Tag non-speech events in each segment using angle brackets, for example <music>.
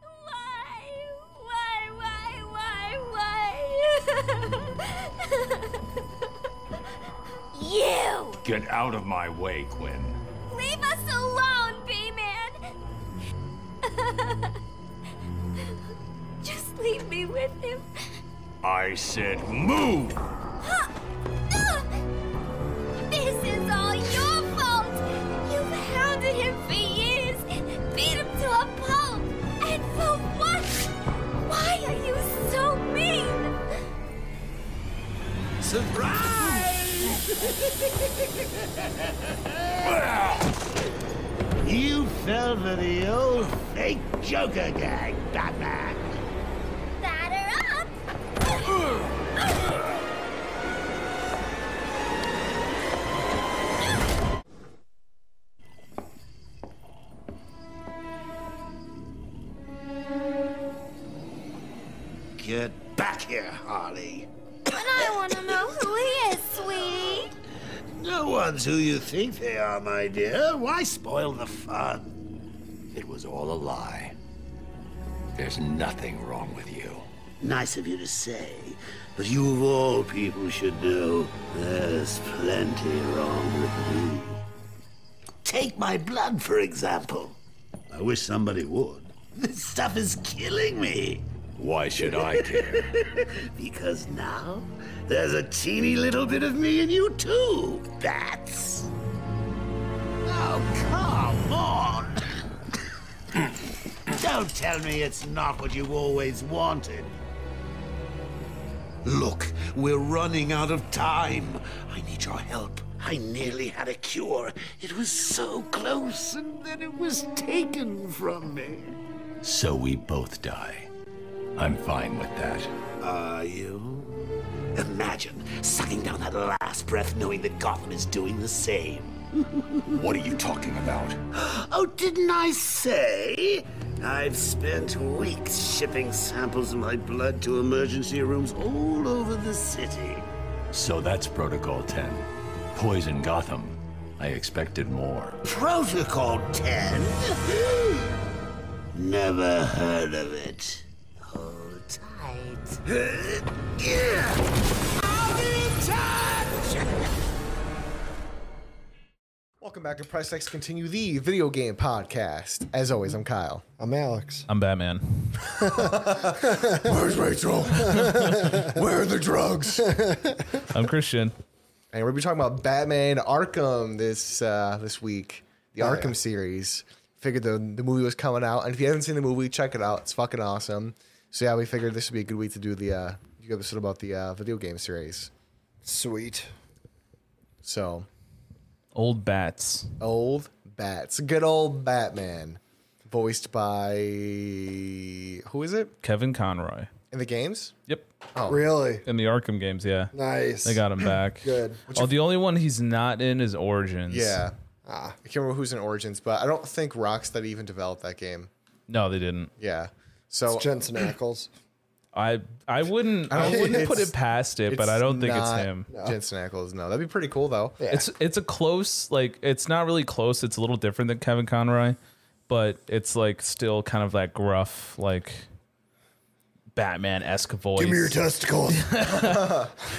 Why? Why? Why? Why? Why? <laughs> you! Get out of my way, Quinn. Leave us alone, B-Man! <laughs> Just leave me with him. <laughs> I said move! No! This is all your fault! You've hounded him for years, beat him to a pulp, and for what? Why are you so mean? You fell for the old fake Joker gag, Batman. Batter up! Get back here, Harley. But I want to know who he is, sweetie. No one's who you think they are, my dear. Why spoil the fun? It was all a lie. There's nothing wrong with you. Nice of you to say, but you of all people should know there's plenty wrong with me. Take my blood, for example. I wish somebody would. This stuff is killing me. Why should I care? <laughs> Because now there's a teeny little bit of me in you too, bats. Oh, come on! <coughs> Don't tell me it's not what you always wanted. Look, we're running out of time. I need your help. I nearly had a cure. It was so close, and then it was taken from me. so we both die. I'm fine with that. Are you? Imagine sucking down that last breath knowing that Gotham is doing the same. What are you talking about? Oh, didn't I say? I've spent weeks shipping samples of my blood to emergency rooms all over the city. So that's Protocol 10. Poison Gotham. I expected more. Protocol 10? <gasps> Never heard of it. Hold <laughs> tight. I'll be in touch! Welcome back to Press X Continue, the video game podcast. As always, I'm Kyle. I'm Alex. I'm Batman. <laughs> Where's Rachel? <laughs> Where are the drugs? I'm Christian. And we're going to be talking about Batman Arkham this uh, this week, the Oh, Arkham series. Figured the, the movie was coming out. And if you haven't seen the movie, check it out. It's fucking awesome. So, yeah, we figured this would be a good week to do the uh, episode about the uh, video game series. Sweet. So, Old bats. old bats. Good old Batman. Voiced by. Who is it? Kevin Conroy. In the games? Yep. Oh. Really In the Arkham games, yeah. nice. They got <clears throat> him back. Good. Oh, the only one he's not in is Origins. Yeah. Ah. I can't remember who's in Origins, but I don't think Rocksteady even developed that game. No, they didn't. Yeah. So It's Jensen Ackles. I I wouldn't I, I don't- wouldn't put it's- it past it, but I don't think it's him. Jensen Ackles, no. That'd be pretty cool though. It's it's a close like it's not really close. It's a little different than Kevin Conroy, but it's like still kind of that gruff like Batman esque voice. Give me your testicles.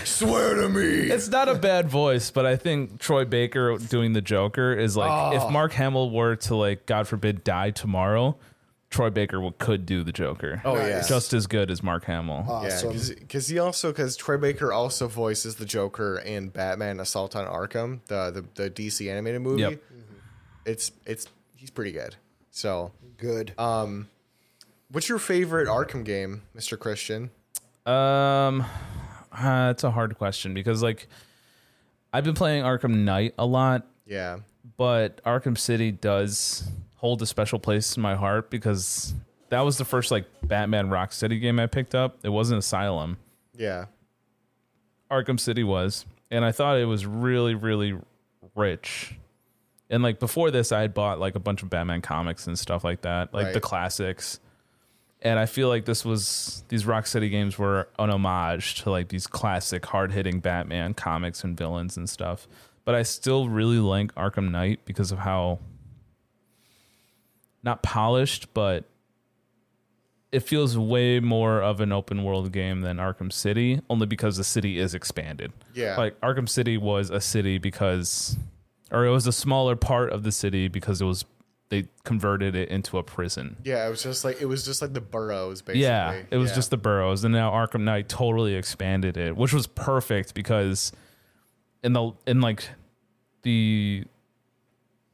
Swear to me. It's not a bad voice, but I think Troy Baker doing the Joker is like Ah. if Mark Hamill were to like God forbid die tomorrow, Troy Baker would, could do the Joker. Oh yeah. just as good as Mark Hamill. Ah. Awesome. Yeah, because he also because Troy Baker also voices the Joker in Batman Assault on Arkham, the the, the DC animated movie. Mm-hmm. Yep. It's it's he's pretty good. So, Good. Um, what's your favorite Arkham game, Mister Christian? Um, uh, it's a hard question because like I've been playing Arkham Knight a lot, Yeah, but Arkham City does hold a special place in my heart because that was the first like Batman Rocksteady game I picked up. It wasn't Asylum. yeah, Arkham City was, and I thought it was really, really rich And like before this, I had bought like a bunch of Batman comics and stuff like that, like the Right. classics. And I feel like this was these Rock City games were an homage to like these classic hard hitting Batman comics and villains and stuff. But I still really like Arkham Knight because of how not polished, but it feels way more of an open world game than Arkham City, only because the city is expanded. Yeah. Like Arkham City was a city because or it was a smaller part of the city because it was they converted it into a prison. Yeah, it was just like it was just like the burrows basically. Yeah, it was Yeah. just the boroughs, and now Arkham Knight totally expanded it, which was perfect because in the in like the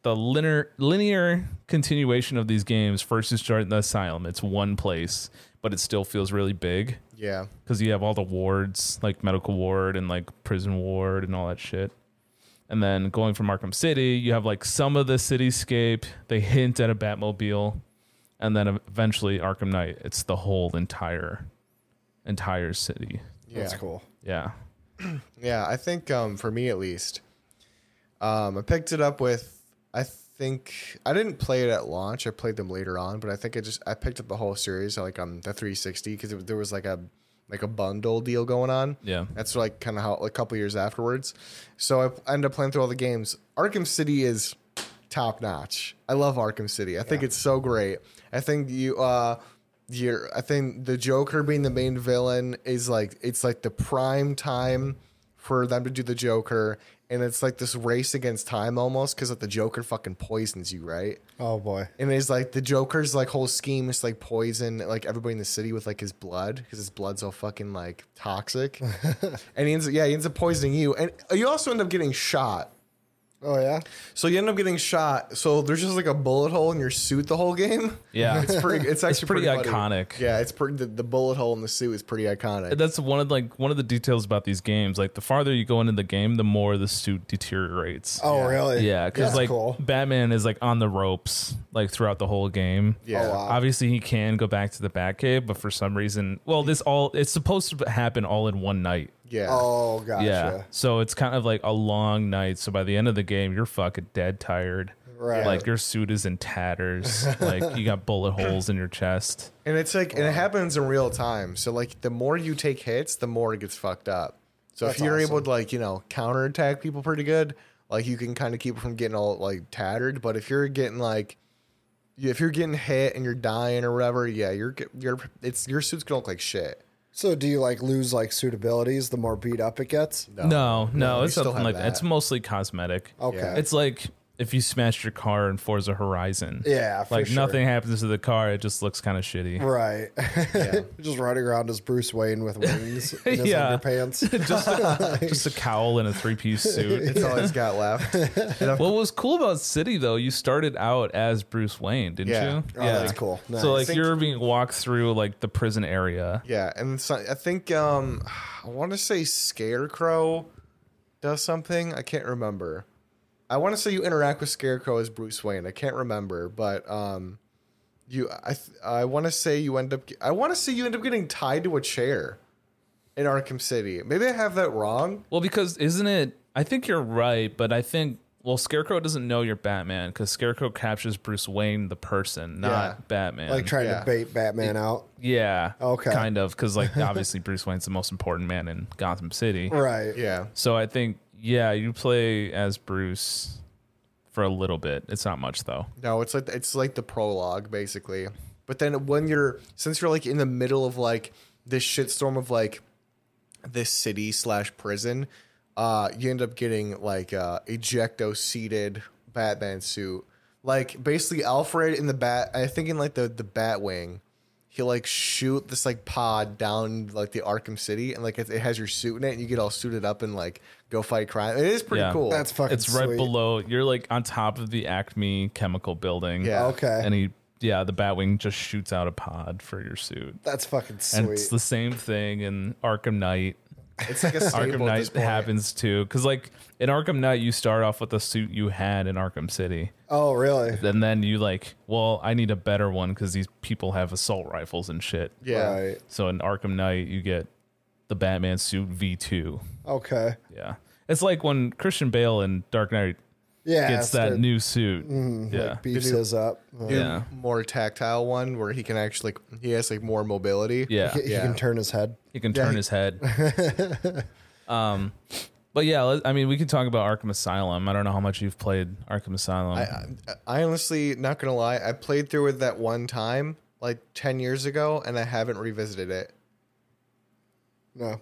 the linear linear continuation of these games. First, you start in the asylum; it's one place, but it still feels really big yeah. because you have all the wards, like medical ward and like prison ward and all that shit. And then going from Arkham City, you have like some of the cityscape. They hint at a Batmobile, and then eventually Arkham Knight. It's the whole entire, entire city. That's cool. Yeah, Yeah, I think um, for me at least, um, I picked it up with. I think I didn't play it at launch. I played them later on, but I think I just I picked up the whole series like on the 360 because there was like a like a bundle deal going on. Yeah. that's like kind of how a couple years afterwards. So I, I ended up playing through all the games. Arkham City is top notch. I love Arkham City. I think it's so great. I think you uh you're I think the Joker being the main villain is like it's like the prime time for them to do the Joker and it's like this race against time almost cuz like the Joker fucking poisons you, right? Oh boy. And it's like the Joker's like whole scheme is to, like poison like everybody in the city with like his blood because his blood's all fucking like toxic. and he ends up, yeah, he ends up poisoning you, and you also end up getting shot. Oh yeah. So you end up getting shot. So there's just like a bullet hole in your suit the whole game. <laughs> yeah. It's pretty. It's actually pretty funny. iconic. Yeah, it's pretty. The, the bullet hole in the suit is pretty iconic. that's one of like one of the details about these games. Like the farther you go into the game, the more the suit deteriorates. Oh really? Yeah, because That's like cool. Batman is like on the ropes like throughout the whole game. Yeah. Oh, wow. obviously he can go back to the Batcave, but for some reason, well, this all it's supposed to happen all in one night. Yeah. Oh gotcha. Yeah, so it's kind of like a long night. So by the end of the game, you're fucking dead tired. Right. like your suit is in tatters. <laughs> like you got bullet holes in your chest. And it's like, and it happens in real time. So like, the more you take hits, the more it gets fucked up. So if That's you're able awesome. to like, you know, counterattack people pretty good, like you can kind of keep from getting all like tattered. But if you're getting like, if you're getting hit and you're dying or whatever, yeah, you're you're it's your suit's gonna look like shit. So do you like lose like suitabilities the more beat up it gets? No, no, you it's still something have like that. that. It's mostly cosmetic. Okay. Yeah. It's like if you smashed your car in Forza Horizon. Yeah, for like sure. nothing happens to the car. It just looks kind of shitty. Right. <laughs> Just riding around as Bruce Wayne with <laughs> wings in his Yeah. underpants. <laughs> <laughs> just a, just a cowl and a three piece suit. That's all he's got left. What was cool about City though, you started out as Bruce Wayne, didn't Yeah. you? Oh, that's cool. Nice. So like Think- you're being walked through like the prison area. Yeah, and so, I think um, I want to say Scarecrow does something. I can't remember. I want to say you interact with Scarecrow as Bruce Wayne. I can't remember, but um, you I th- I want to say you end up I want to say you end up getting tied to a chair in Arkham City. Maybe I have that wrong. Well, because isn't it? I think you're right, but I think well, Scarecrow doesn't know you're Batman because Scarecrow captures Bruce Wayne, the person, not Yeah. Batman. Like trying Yeah. to bait Batman out. yeah, Okay. kind of because <laughs> like obviously Bruce Wayne's the most important man in Gotham City. Right. Yeah, So I think yeah, you play as Bruce for a little bit. It's not much though. No, it's like it's like the prologue basically. But then when you're since you're like in the middle of like this shitstorm of like this city slash prison, uh, you end up getting like uh, ejecto seated Batman suit. Like basically Alfred in the bat, I think in like the the Batwing, he like shoot this like pod down like the Arkham City, and like it, it has your suit in it, and you get all suited up and like go fight crime. It is pretty Yeah. cool. That's fucking it's right sweet. below. You're like on top of the Acme chemical building. Yeah. Okay. And he, yeah, the Batwing just shoots out a pod for your suit. That's fucking sweet. And it's the same thing in Arkham Knight. it's like a <laughs> Arkham staple at this Knight point. happens too. Because, like, in Arkham Knight, you start off with the suit you had in Arkham City. oh, really? And then you, like, well, I need a better one because these people have assault rifles and shit. Yeah. Right. So in Arkham Knight, you get the Batman suit V2. Okay. Yeah. It's like when Christian Bale in Dark Knight Yeah, gets that so- new suit. Mm-hmm. yeah. beefs his up. Uh, New, Yeah. more tactile one where he can actually he has like more mobility. yeah. He, he Yeah. can turn his head. He can turn his head. um, <laughs> but yeah, let- I mean, we could talk about Arkham Asylum. I don't know how much you've played Arkham Asylum. I honestly not gonna lie, I played through it that one time like ten years ago, and I haven't revisited it. No.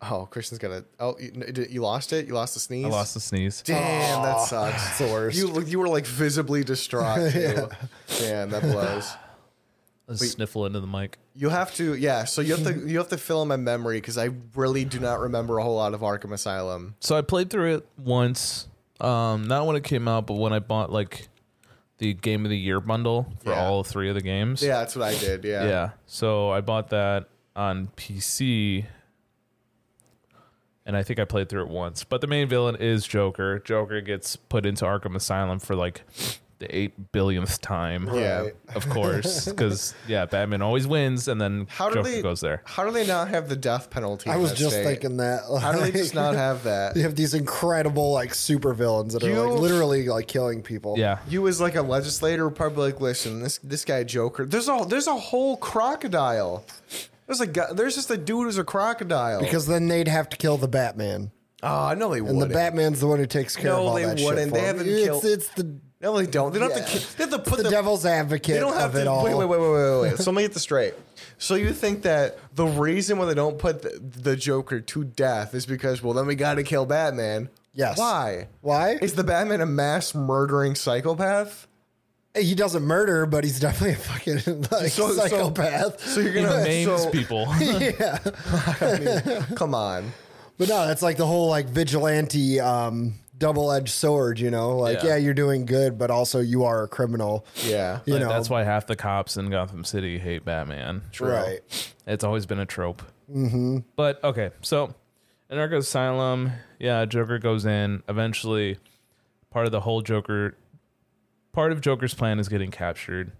Oh, Christian's got a. Oh, you, you lost it. You lost the sneeze. I lost the sneeze. Damn, that sucks. It's the worst. You you were like visibly <laughs> distraught. Too. Damn, that blows. Let's sniffle into the mic. You have to, yeah. So you have to you have to fill in my memory because I really do not remember a whole lot of Arkham Asylum. So I played through it once, um, not when it came out, but when I bought like the Game of the Year bundle for Yeah. all three of the games. Yeah, that's what I did. Yeah, Yeah. So I bought that on PC. And I think I played through it once. But the main villain is Joker. Joker gets put into Arkham Asylum for like the eight billionth time. Yeah. Right. Of course. Because, yeah, Batman always wins and then How do Joker they- goes there. How do they not have the death penalty? I in was that just state? <laughs> thinking that. How do they like, just not have that? <laughs> You have these incredible like super villains that You- are like literally like killing people. Yeah. You as like a legislator were probably like, listen, this this guy Joker. There's a there's a whole crocodile. There's a guy, there's just a dude who's a crocodile. Because then they'd have to kill the Batman, oh, no, they and wouldn't. the Batman's the one who takes care No, of all they that wouldn't. shit. for They him. haven't it's, killed- it's the no, they don't. They don't have to. Yeah. ki- They have to put the, the devil's advocate They don't have of to. it all. Wait, wait, wait, wait, wait, <laughs> wait. so let me get this straight. So you think that the reason why they don't put the, the Joker to death is because, well, then we got to kill Batman. Yes. Why? Why? Is the Batman a mass murdering psychopath? He doesn't murder, but he's definitely a fucking <laughs> like, So- so- psychopath. <laughs> So you're He <laughs> gonna names so- <laughs> people. yeah, Come on. but no, that's like the whole like vigilante um, double-edged sword. You know, like Yeah. yeah. you're doing good, but also you are a criminal. <laughs> Yeah. You Like, know, That's why half the cops in Gotham City hate Batman. right. It's always been a trope. Mm-hmm. But okay, so in Arkham Asylum, yeah, Joker goes in. Eventually, part of the whole Joker, part of Joker's plan is getting captured.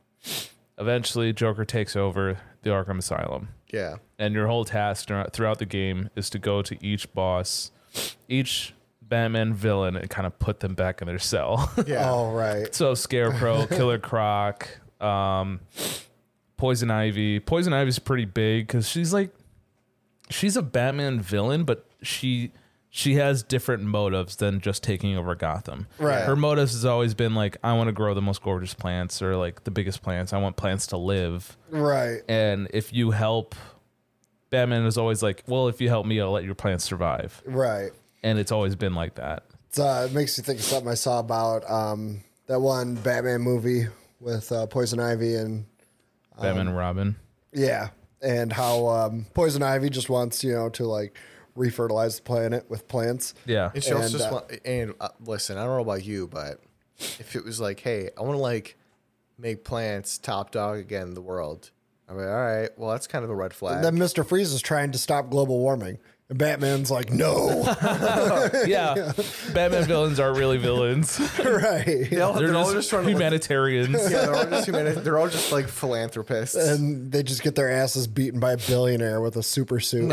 Eventually, Joker takes over the Arkham Asylum, Yeah. and your whole task thro- throughout the game is to go to each boss, each Batman villain, and kind of put them back in their cell. <laughs> Yeah. Oh, right. So Scarecrow, Killer Croc, um, Poison Ivy. Poison Ivy's pretty big because she's like, she's a Batman villain, but she she has different motives than just taking over Gotham. Right. Her motives has always been like, I want to grow the most gorgeous plants or like the biggest plants. I want plants to live. Right. And if you help, Batman is always like, well, if you help me, I'll let your plants survive. Right. And it's always been like that. It's, uh, it makes you think of something I saw about um, that one Batman movie with uh, Poison Ivy and Batman and Robin. yeah, and how um, Poison Ivy just wants you know to like refertilize the planet with plants. Yeah. And she also And, just uh, want, and uh, listen, I don't know about you, but if it was like, hey, I want to like make plants top dog again in the world, I'm like, all right, well, that's kind of a red flag. Then Mister Freeze is trying to stop global warming, and Batman's like, no, <laughs> <laughs> yeah. Batman villains are really <laughs> villains. right? They all- They're, they're just, all just trying to like, <laughs> humanitarians. Yeah, they're all just humani- They're all just like philanthropists. And they just get their asses beaten by a billionaire with a super suit. <laughs>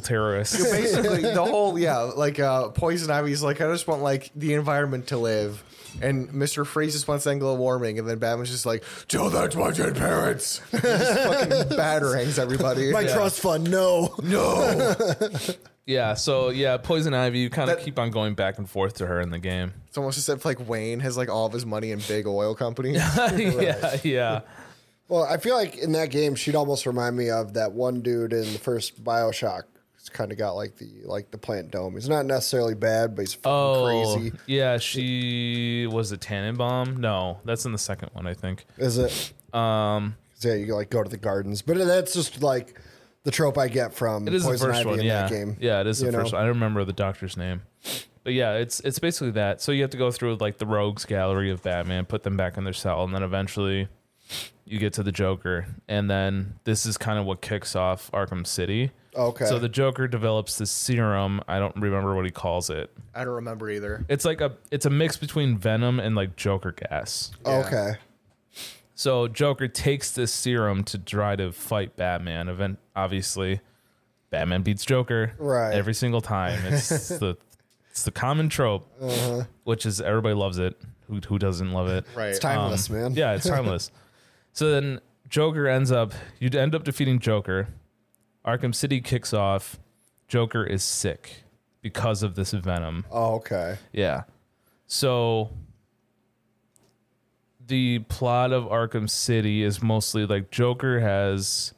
<laughs> terrorists. basically the whole yeah like uh poison ivy's like i just want like the environment to live and mr freeze just wants anglo warming and then batman's just like Till that's my dead <laughs> parents. fucking batterings everybody My trust fund, no. No. Yeah, so yeah, Poison Ivy, you kind of That- keep on going back and forth to her in <laughs> the game. it's almost as if like wayne has like all of his money in big oil <laughs> companies yeah, yeah. <laughs> Well, I feel like in that game, she'd almost remind me of that one dude in the first Bioshock. He's kind of got like the like the plant dome. He's not necessarily bad, but he's fucking Oh, crazy. yeah, she was a Tannenbaum. No, that's in the second one, I think. Is it? Um. Yeah, you like go to the gardens, but that's just like the trope I get from It is Poison the first Ivy one, in yeah. that game. Yeah, it is the You first know? one. I don't remember the doctor's name. But yeah, it's it's basically that. So you have to go through like the rogues gallery of Batman, put them back in their cell, and then eventually you get to the Joker. And then this is kind of what kicks off Arkham City. Okay. So the Joker develops this serum. I don't remember what he calls it. i don't remember either It's like a it's a mix between venom and like Joker gas. Okay. So Joker takes this serum to try to fight Batman. Event obviously, Batman beats Joker Right. <laughs> every single time. It's the It's the common trope, which is everybody loves it. Who who doesn't love it? Right. Uh-huh. It's timeless, man. Um, Yeah, <laughs> it's timeless. so then Joker ends up, you end up defeating Joker. Arkham City kicks off. Joker is sick because of this venom. Oh, okay. Yeah. So the plot of Arkham City is mostly like Joker has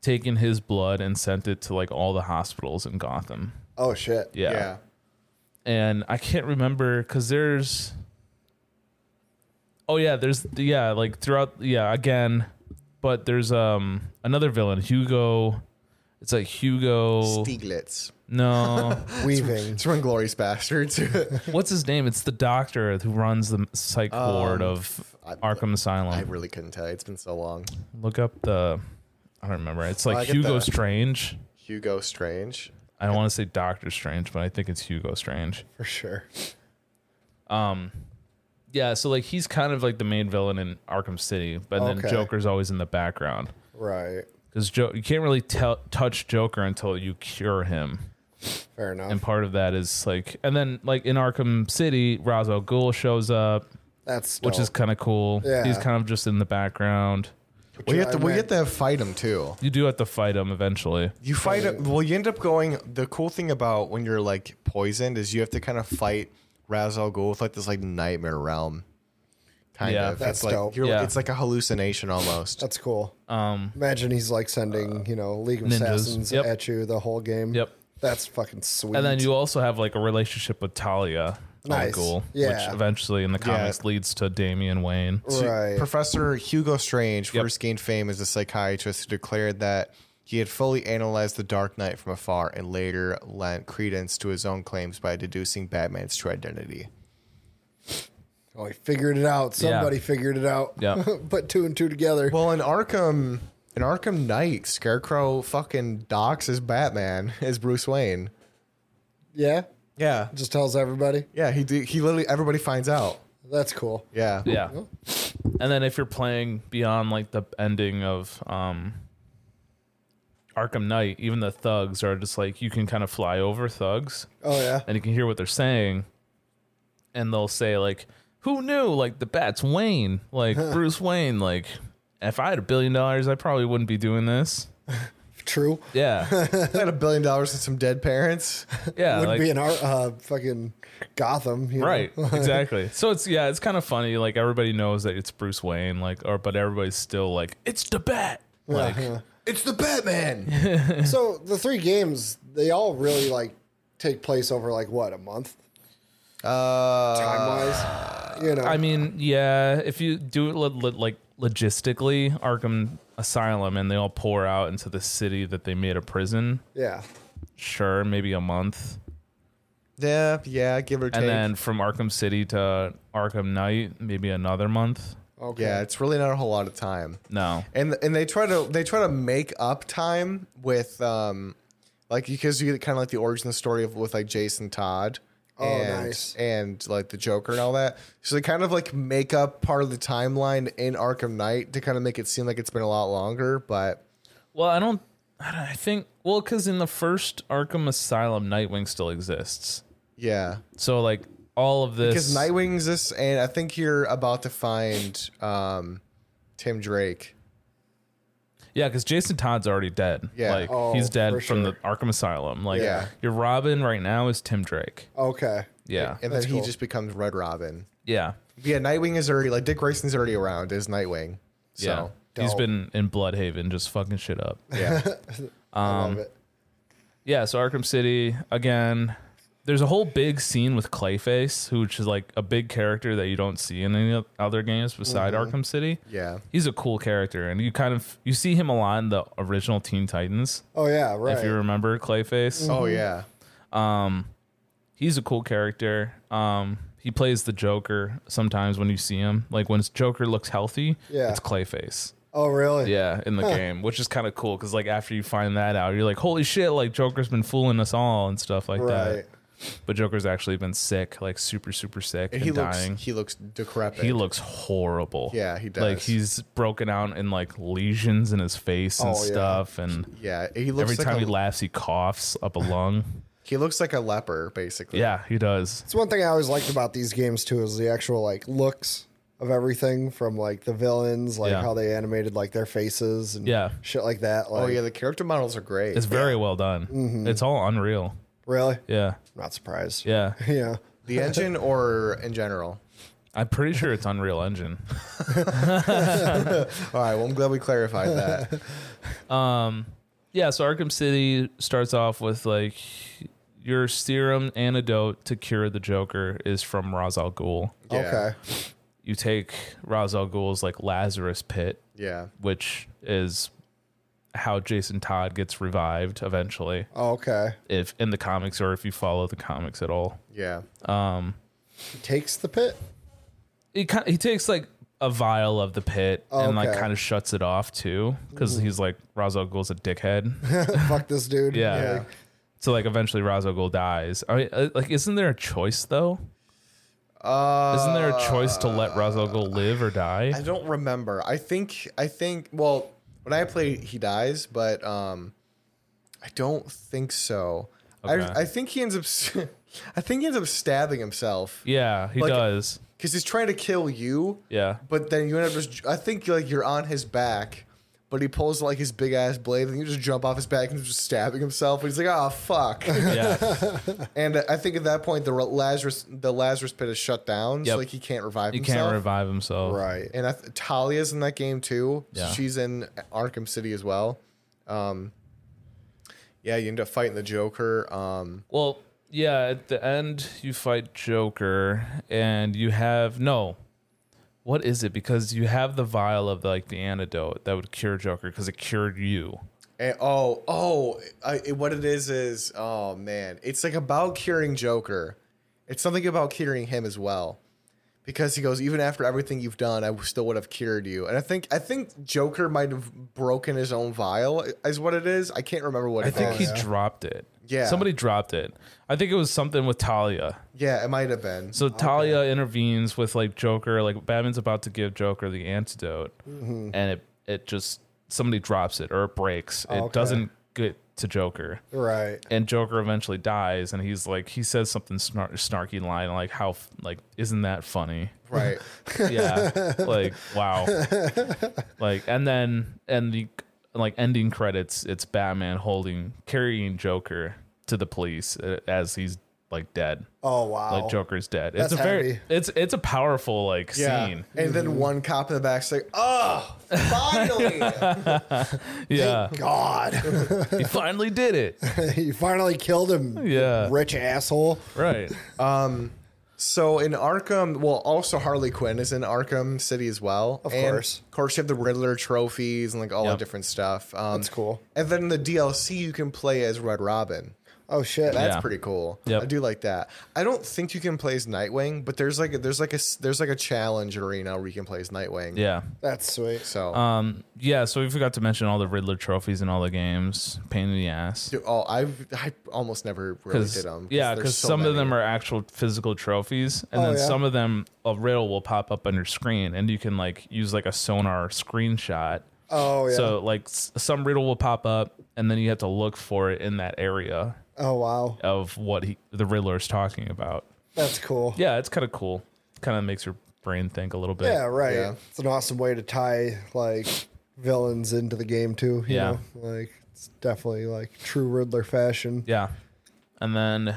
taken his blood and sent it to like all the hospitals in Gotham. Oh shit. Yeah. Yeah. And I can't remember cuz there's Oh yeah, there's yeah, like throughout yeah, again, but there's um another villain, Hugo. It's like Hugo. Stieglitz. No. Weaving. It's from Glorious Bastards. <laughs> What's his name? It's the doctor who runs the psych ward of Um, I- Arkham Asylum. I <laughs> really couldn't tell you. It's been so long. Look up the. I don't remember. It's like I get Hugo that. Strange. Hugo Strange. I don't want to say Doctor Strange, but I think it's Hugo Strange. for sure. Yeah, so like he's kind of like the main villain in Arkham City, but then Okay. Joker's always in the background Right. because jo- you can't really tell touch Joker until you cure him. Fair enough. And part of that is like, and then like in Arkham City, Ra's al Ghul shows up, That's which is dope. kind of cool. Yeah. He's kind of just in the background. We Yeah, have to. I We meant- have to fight him too. You do have to fight him eventually. You fight it. Well, you end up going. The cool thing about when you're like poisoned is you have to kind of fight Ra's al Ghul with like this like nightmare realm. Kind Yeah. of. That's it's like, dope. You're, Yeah. It's like a hallucination almost. That's cool. Um, Imagine he's like sending, you know, League of ninjas. Assassins Yep. at you the whole game. Yep. That's fucking sweet. And then you also have like a relationship with Talia Nice. al Ghul, Yeah. which eventually in the comics leads to Damian Wayne. right. Professor Hugo Strange Yep. first gained fame as a psychiatrist who declared that he had fully analyzed the Dark Knight from afar and later lent credence to his own claims by deducing Batman's true identity. oh, he figured it out. Somebody figured it out. Yeah. <laughs> Put two and two together. Well, in Arkham, in Arkham Knight, Scarecrow fucking docs as Batman <laughs> as Bruce Wayne. yeah. Yeah, Just tells everybody. yeah. He do, he literally everybody finds out. That's cool. Yeah, <laughs> Yeah. And then if you're playing beyond like the ending of um Arkham Knight, even the thugs are just like you can kind of fly over thugs Oh yeah. and you can hear what they're saying. And they'll say like, "Who knew? Like the bat's Wayne, <laughs> like Bruce Wayne. Like if I had a billion dollars, I probably wouldn't be doing this." True. <laughs> Yeah, I had a billion dollars and some dead parents. <laughs> yeah. Wouldn't like, be in our uh, fucking Gotham. you know? Right, exactly. <laughs> So it's yeah, it's kind of funny. Like everybody knows that it's Bruce Wayne, like, or but everybody's still like, it's the Bat. Like, it's the Batman. <laughs> so the three games, they all really like take place over like what a month Uh, time wise. you know. I mean, yeah, if you do it lo- lo- like logistically, Arkham Asylum, and they all pour out into the city that they made a prison. yeah. Sure, maybe a month, yeah, yeah, give or take. and then from Arkham City to Arkham Knight, maybe another month. Okay. yeah, it's really not a whole lot of time. No, and and they try to they try to make up time with um like because you get kind of like the origin story of with like Jason Todd Oh, and nice. and like the Joker and all that. So they kind of like make up part of the timeline in Arkham Knight to kind of make it seem like it's been a lot longer, but well, I don't. I don't- I think well, because in the first Arkham Asylum, Nightwing still exists. yeah. So like all of this Cuz Nightwing's this and I think you're about to find um Tim Drake. Yeah, because Jason Todd's already dead. Yeah. like Oh, he's dead for from the sure. Arkham Asylum. Like Yeah. your Robin right now is Tim Drake. Okay. Yeah, And That's then he cool. just becomes Red Robin. yeah, Yeah, Nightwing is already like Dick Grayson's already around as Nightwing. So yeah. He's Dope. been in Bloodhaven, just fucking shit up. yeah. I Um, love it. <laughs> yeah, so Arkham City again. There's a whole big scene with Clayface, who which is like a big character that you don't see in any other games beside Arkham City. Mm-hmm. Yeah. He's a cool character, and you kind of you see him a lot in the original Teen Titans, Oh yeah, right. if you remember Clayface. Oh yeah. he's a cool character. Um, he plays the Joker sometimes when you see him. Like when Joker looks healthy, Yeah. it's Clayface. oh really? Yeah, in the game, which is kind of cool because like after you find that out, you're like, holy shit! Like Joker's been fooling us all and stuff like Right. that. But Joker's actually been sick, like super super sick and, he dying. looks he looks decrepit. he looks horrible. Yeah, he Like does. he's broken out in like lesions in his face and Oh, yeah. stuff, and yeah, he looks every like time a, he laughs, he coughs up a lung. He looks like a leper, basically. Yeah, he does. It's one thing I always liked about these games too is the actual like looks of everything from like the villains, like Yeah. how they animated like their faces and Yeah. shit like that. Like, Oh yeah, the character models are great. It's very well done. It's all unreal. really? <laughs> Yeah, Not surprised. yeah. yeah. the engine or in <laughs> general. I'm pretty sure it's Unreal Engine. All right. Well, I'm glad we clarified that. <laughs> <laughs> Yeah, so Arkham City starts off with like your serum antidote to cure the Joker is from Ra's al Ghul. Yeah. Okay. You take Ra's al Ghul's like Lazarus pit, Yeah. which is how Jason Todd gets revived eventually, Okay. if in the comics or if you follow the comics at all. Yeah. He takes the pit. He kind he takes like a vial of the pit and like Okay. kind of shuts it off too, because he's like Ra's al Ghul's a dickhead. <laughs> Fuck this dude. Yeah. Yeah. So like eventually Ra's al Ghul dies. I mean, uh, like, isn't there a choice though? Uh, Isn't there a choice to let Ra's al Ghul live or die? I don't remember. I think I think well, when I play he dies, but um I don't think so. Okay. I I think he ends up s- <laughs> I think he ends up stabbing himself yeah, he Like- does. cuz he's trying to kill you, Yeah. but then you end up just I think like you're on his back, but he pulls like his big ass blade and you just jump off his back and he's just stabbing himself. And he's like, "Oh <laughs> fuck." Yeah. and I think at that point the Ra- Lazarus the Lazarus pit is shut down, Yep. so like he can't revive he himself. can't revive himself. Right. and I th- Talia's in that game too. So Yeah. She's in Arkham City as well. Um, yeah, you end up fighting the Joker. Um, Well, yeah, at the end you fight Joker and you have no what is it? Because you have the vial of like the antidote that would cure Joker because it cured you. and- oh, oh, I, it- what it is is, oh man, it's like about curing Joker. It's something about curing him as well, because he goes, even after everything you've done, I still would have cured you. And I think, I think Joker might have broken his own vial, is what it is. I can't remember what I it think is. he dropped it. Yeah. Oh, Somebody dropped it. I think it was something with Talia. yeah, it might have been. So Talia intervenes with like Joker, like Batman's about to give Joker the antidote, and it it just somebody drops it or it breaks. It Okay. doesn't get to Joker, Right. and Joker eventually dies. And he's like, he says something snark, snarky line like, "How f- like isn't that funny?" Right. Yeah, like wow, like and then and the like ending credits, it's Batman holding carrying Joker to the police uh, as he's like dead Oh wow. like Joker's dead. That's it's a very heavy. it's it's a powerful like Yeah. <laughs> scene. And Mm-hmm. then one cop in the back's like, oh, finally. <laughs> Yeah, God. <laughs> <laughs> he finally did it. you finally killed him. Yeah. Rich asshole. Right. so in Arkham, well, also Harley Quinn is in Arkham City as well. Of course. Of course, you have the Riddler trophies and like all Yep. that different stuff. Um, That's cool. And then in the DLC, you can play as Red Robin. Oh shit. That's Yeah. pretty cool. Yep. I do like that. I don't think you can play as Nightwing, but there's like a, there's like a s- there's like a challenge arena where you can play as Nightwing. <laughs> Yeah. Um, That's sweet. So, Yeah. So we forgot to mention all the Riddler trophies and all the games. Pain in the ass. dude, oh, I've I almost never really did 'Cause- them. yeah, because some of them are actual physical trophies, and Oh, then yeah. some of them a riddle will pop up on your screen, and you can like use like a sonar screenshot. Oh yeah. So like s- some riddle will pop up, and then you have to look for it in that area oh wow. of what he, the Riddler is talking about. That's cool. Yeah, it's kind of cool. Kind of makes your brain think a little bit. Yeah, right. Yeah. It's an awesome way to tie like villains into the game too. You Yeah. know? Like it's definitely like true Riddler fashion. Yeah. And then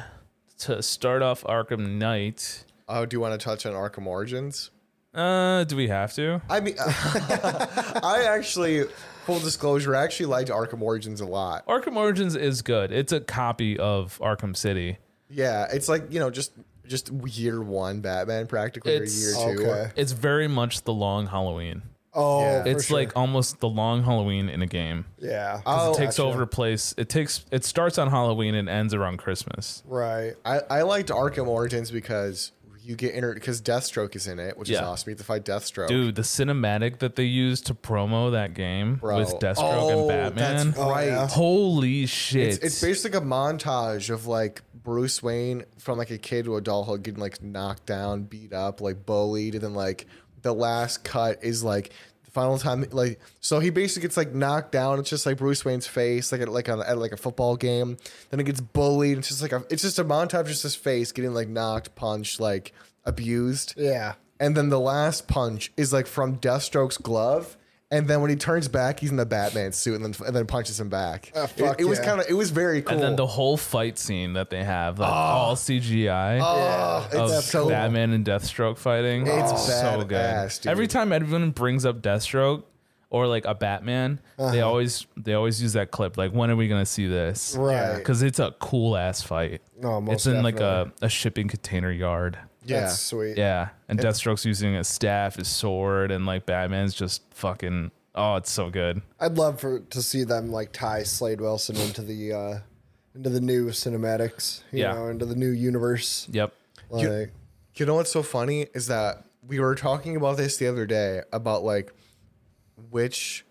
to start off Arkham Knight, Oh, do you want to touch on Arkham Origins? uh, do we have to? I mean, <laughs> I actually, full disclosure, I actually liked Arkham Origins a lot. Arkham Origins is good. It's a copy of Arkham City. Yeah, it's like you know, just just year one Batman, practically It's- or year two. Okay. It's very much the long Halloween. Oh, Yeah. for It's sure. like almost the long Halloween in a game. yeah, Oh, it takes over place. It takes it starts on Halloween and ends around Christmas. right. I, I liked Arkham Origins because you get inter because Deathstroke is in it, which is Yeah. awesome. You have to fight Deathstroke. Dude, the cinematic that they used to promo that game Bro. with Deathstroke Oh, and Batman. that's right. yeah. Holy shit. It's, it's basically like a montage of like Bruce Wayne from like a kid to adulthood getting like knocked down, beat up, like bullied, and then like the last cut is like final time like so he basically gets like knocked down it's just like bruce wayne's face like at like on at like a football game then he gets bullied it's just like a, it's just a montage of just his face getting like knocked punched like abused Yeah. and then the last punch is like from deathstroke's glove and then when he turns back he's in the batman suit and then and then punches him back Ah, It- fuck it, was yeah. kind of it was very cool Ah. And then the whole fight scene that they have, like all CGI oh, of it's so Batman and Deathstroke fighting. Oh, It's so good. badass, dude. Every time everyone brings up Deathstroke or like a Batman, they Uh-huh. always they always use that clip. Like, when are we gonna see this? Right. Because it's a cool ass fight. No, most it's in like a, definitely. a shipping container yard. yeah That's sweet. Yeah, and Deathstroke's using his staff, his sword, and like Batman's just fucking. Oh, it's so good. I'd love for to see them like tie Slade Wilson into the uh into the new cinematics, you Yeah. know, into the new universe. Yep. Like You know what's so funny is that we were talking about this the other day about like which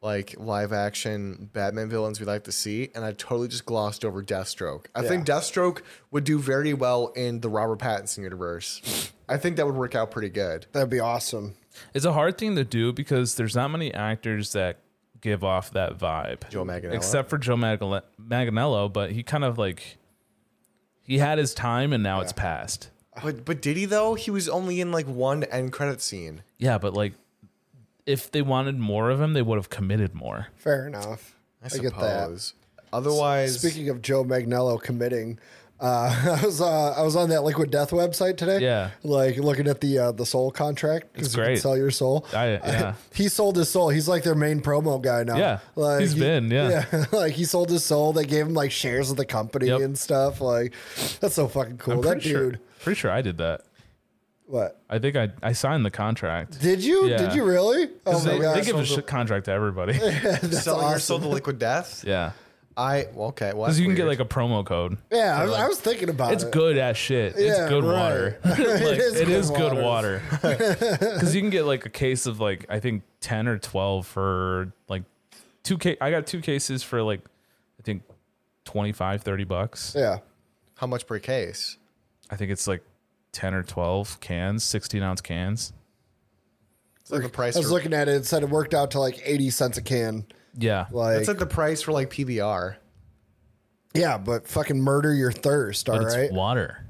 like live action Batman villains we like to see, and I totally just glossed over Deathstroke. I think Deathstroke would do very well in the Robert Pattinson universe. I think that would work out pretty good. that'd be awesome. It's a hard thing to do because there's not many actors that give off that vibe. Joe Manganiello. Except for Joe Magale- Manganiello, but he kind of like he had his time and now it's past. Ah, But but did he though? He was only in like one end credit scene. Yeah, but like if they wanted more of him, they would have committed more. Fair enough. I, get that. suppose. Otherwise, Speaking of Joe Magnello committing, uh, <laughs> I was uh, I was on that Liquid Death website today. Yeah. like looking at the uh, the soul contract. It's great. sell your soul. I- <laughs> yeah. he sold his soul. He's like their main promo guy now. Yeah. like He's he- been, yeah. <laughs> like he sold his soul. They gave him like shares of the company Yep. and stuff. Like that's so fucking cool. I'm that pretty sure, dude. pretty sure I did that. What I think I, I signed the contract. did you? Yeah. Did you really? Oh my they, they gosh. give <laughs> a shit contract to everybody. selling your soul to Liquid Death, yeah. I well, okay. Well, Because that's you can get weird. like a promo code. yeah, I, was- I was thinking about It's it. good as shit. Yeah, it's good right. water. like, <laughs> It it is is, good good water. water. <laughs> Because you can get like a case of like I think ten or twelve for like two ca- I got two cases for like I think 25, 30 bucks. Yeah. how much per case? I think it's like ten or twelve cans, sixteen ounce cans. It's like the price. I was for- looking at it. It said it worked out to like eighty cents a can. Yeah. Like That's like the price for like PBR. Yeah, but fucking murder your thirst, all but it's right? water.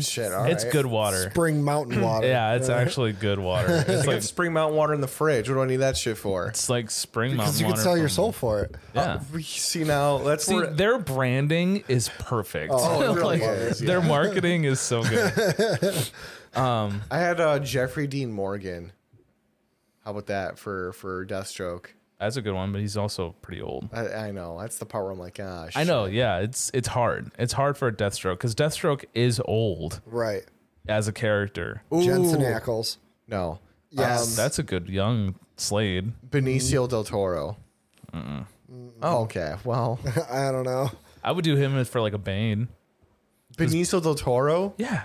Shit, all It's right. good water. <clears throat> Spring mountain water. Yeah, it's actually good <laughs> water. It's I like got spring mountain water in the fridge. What do I need that shit for? it's like spring mountain Because you water. can sell your from- soul for it. Yeah. We see now. That's See, where their branding is perfect. <laughs> Oh, it really Like, is, Their marketing is so good. <laughs> I had uh, Jeffrey Dean Morgan. How about that for for Deathstroke? That's a good one, but he's also pretty old. I, I know that's the part where I'm like, ah, gosh, I know, yeah. It's it's hard. It's hard for a Deathstroke because Deathstroke is old Right. as a character. Jensen Ackles. Um, no. um, Yes. Uh, That's a good young Slade. Benicio del Toro. Oh, okay. <laughs> Well, <laughs> I don't know. I would do him for like a Bane. Benicio del Toro. Yeah,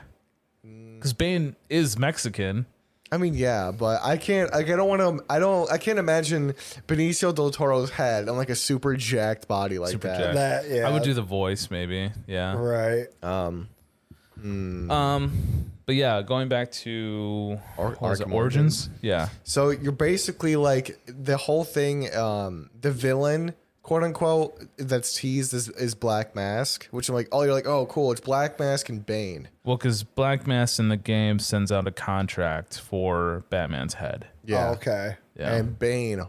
Mm. because Bane is Mexican. I mean, yeah, but I can't. Like, I don't want to. I don't. I can't imagine Benicio del Toro's head on like a super jacked body like Super that. jacked. That yeah. I would do Uh, the voice, maybe. Yeah. Right. Oh, Um, but yeah, going back to Ar- what was it, Arkham Origins. Yeah. So you're basically like the whole thing. Um, the villain, quote unquote, that's teased is, is Black Mask, which I'm like, oh, you're like, oh, cool, it's Black Mask and Bane. Well, because Black Mass in the game sends out a contract for Batman's head. Yeah, Oh, okay. Yeah. and Bane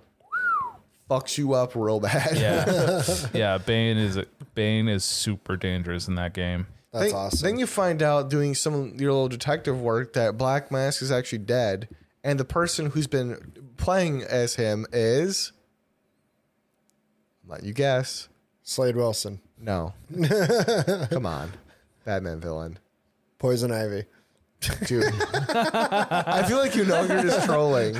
fucks you up real bad. <laughs> Yeah, yeah. Bane is Bane is super dangerous in that game. That's then, awesome. Then you find out doing some of your little detective work that Black Mask is actually dead, and the person who's been playing as him is. Let you guess. Slade Wilson. No. <laughs> Come on, Batman villain. Poison Ivy. Dude, I feel like you know you're just trolling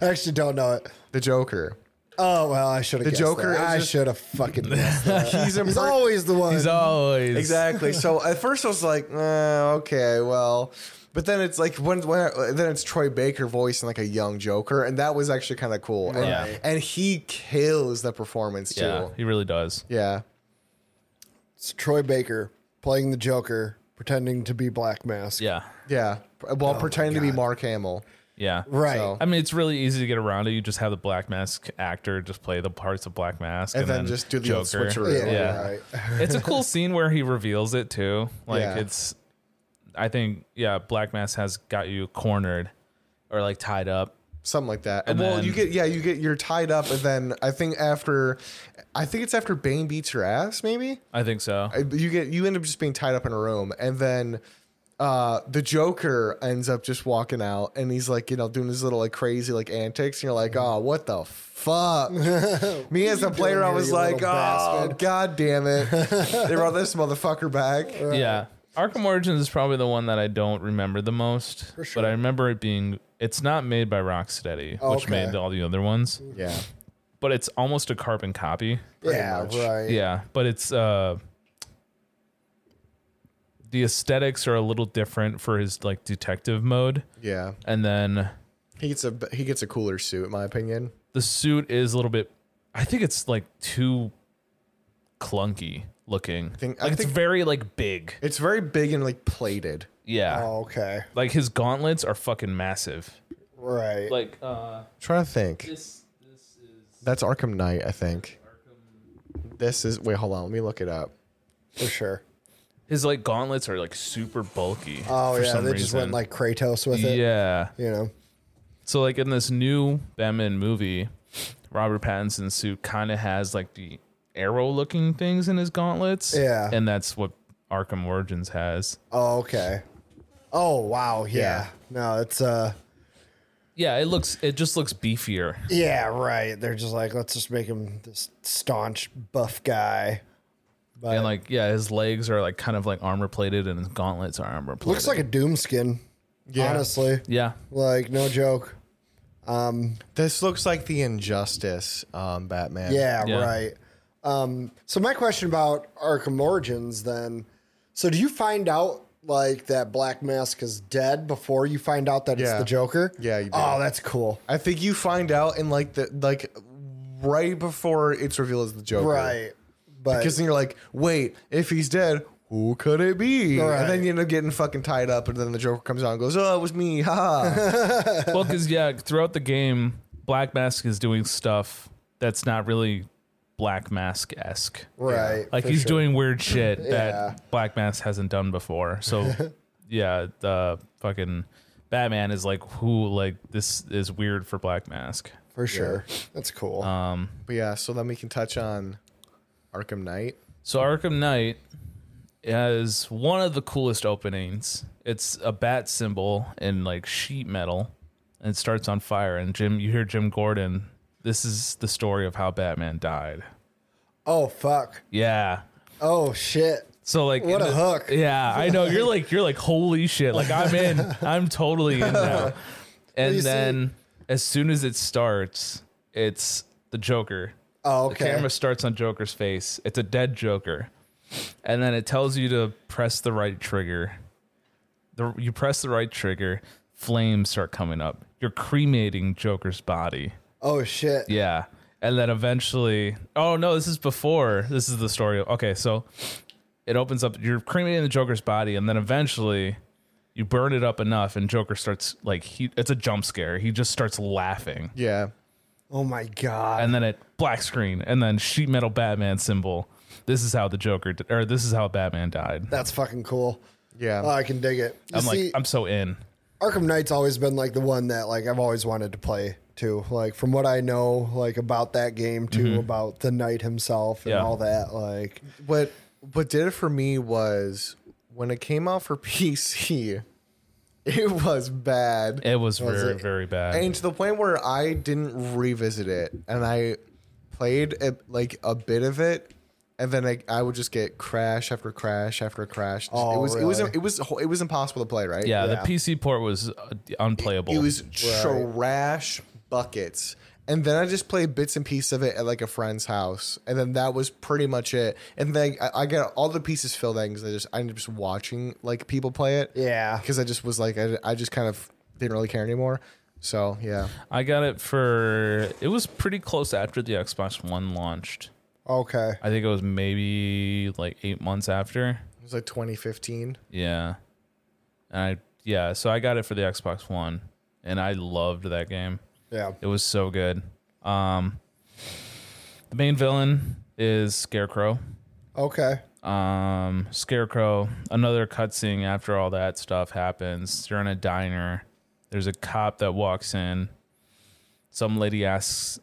I actually don't know it. the Joker. Oh well I should have The guessed Joker that. is I just- should <laughs> have fucking guessed that. He's, in He's per- always the one. He's always exactly. So at first I was like, uh, okay, well, but then it's like when, when then it's Troy Baker voicing like a young Joker, and that was actually kind of cool. And, Yeah. and he kills the performance too. Yeah, Yeah. he really does. It's Troy Baker playing the Joker, pretending to be Black Mask. Yeah, Oh Yeah. While pretending to be Mark Hamill. Yeah. Right. So- I mean, it's really easy to get around it. You just have the Black Mask actor just play the parts of Black Mask, And then just do the old switcheroo. yeah, Yeah. right. it's <laughs> a cool scene where he reveals it too. Like Yeah. it's, I think, yeah, Black Mask has got you cornered or like tied up. something like that. And well, then- you get yeah, you get you're tied up, and then I think after, I think it's after Bane beats your ass, maybe. I think so. I- you get you end up just being tied up in a room and then uh the joker ends up just walking out and he's like you know doing his little like crazy like antics and you're like oh what the <laughs> fuck me as a player i here, was you like oh little bastard?" god damn <laughs> it they brought this motherfucker back yeah. Arkham Origins is probably the one that I don't remember the most. For sure. But I remember it being, it's not made by Rocksteady, Oh, which okay. made all the other ones, yeah but it's almost a carbon copy. Yeah, right. Yeah, but it's uh the aesthetics are a little different for his like detective mode, yeah and then he gets a he gets a cooler suit in my opinion the suit is a little bit. I think it's like too clunky looking. think- I like it's think- very like big. it's very big and like plated Yeah, Oh, okay. like his gauntlets are fucking massive. Right. Like uh, trying to think this this is that's arkham knight i think this is wait hold on let me look it up for sure. his like gauntlets are like super bulky. Oh for yeah, some they just reason. went like Kratos with it. yeah. You know. So like in this new Batman movie, Robert Pattinson's suit kind of has like the arrow looking things in his gauntlets. Yeah. And that's what Arkham Origins has. Oh, okay. Oh wow, yeah. No, it's uh Yeah, it looks it just looks beefier. yeah, right. They're just like, let's just make him this staunch buff guy. But And like yeah, his legs are like kind of like armor plated and his gauntlets are armor plated. looks like a doom skin. Honestly. <laughs> Yeah. Like, no joke. This looks like the injustice, um, Batman. Yeah, Yeah. right. Um, so my question about Arkham Origins then. So do you find out like that Black Mask is dead before you find out that Yeah. it's the Joker? Yeah, you do. Oh, that's cool. I think you find out in like the like right before it's revealed as the Joker, Right. But Because then you're like, wait, if he's dead, who could it be? Right. And then you end up getting fucking tied up, and then the Joker comes out and goes, oh, it was me, ha. well, because yeah, throughout the game, Black Mask is doing stuff that's not really Black Mask esque. right. like for he's sure. doing weird shit Yeah. that Black Mask hasn't done before. So <laughs> yeah, the fucking Batman is like who like this is weird for Black Mask. for sure. <laughs> That's cool. but yeah, so then we can touch on Arkham Knight. So Arkham Knight has one of the coolest openings. It's a bat symbol in like sheet metal and it starts on fire and Jim you hear Jim Gordon. This is the story of how Batman died. oh fuck. Yeah. Oh shit. So like What in a hook. Yeah, I know. You're like you're like holy shit. Like I'm in. <laughs> I'm totally in now. And you see- then as soon as it starts, it's the Joker. Oh The okay. camera starts on Joker's face. It's a dead Joker. And then it tells you to press the right trigger. The, you press the right trigger, flames start coming up. You're cremating Joker's body. oh shit. Yeah. And then eventually, oh no, this is before. This is the story. Okay, so it opens up. You're cremating the Joker's body, and then eventually, you burn it up enough, and Joker starts like he. It's a jump scare. He just starts laughing, Yeah. Oh my god. and then it black screen, and then sheet metal Batman symbol. This is how the Joker, di- or this is how Batman died. That's fucking cool. Yeah. Oh, I can dig it. You I'm see, like, I'm so in. Arkham Knight's always been like the one that like I've always wanted to play too. Like from what I know, like about that game too, about the knight himself and Mm-hmm. Yeah. all that. Like what what did it for me was when it came out for <laughs> PC, it was bad. It was, very, it- very bad. and to the point where I didn't revisit it, and I played it, like a bit of it, and then I, I would just get crash after crash after crash. Oh, it was it was really? it was it was impossible to play, right? yeah, yeah. the PC port was uh, unplayable. it was trash buckets. And then I just played bits and pieces of it at like a friend's house, and then that was pretty much it. And then I, I got all the pieces filled in because I just I ended up just watching like people play it. Yeah. because I just was like I, I just kind of didn't really care anymore. So yeah, I got it for. It was pretty close after the Xbox One launched. okay. I think it was maybe like eight months after. it was like 2015. Yeah. And I yeah, so I got it for the Xbox One. and I loved that game. Yeah. It was so good. Um, the main villain is Scarecrow. Okay. Um, Scarecrow, another cutscene after all that stuff happens. They're in a diner. There's a cop that walks in. Some lady asks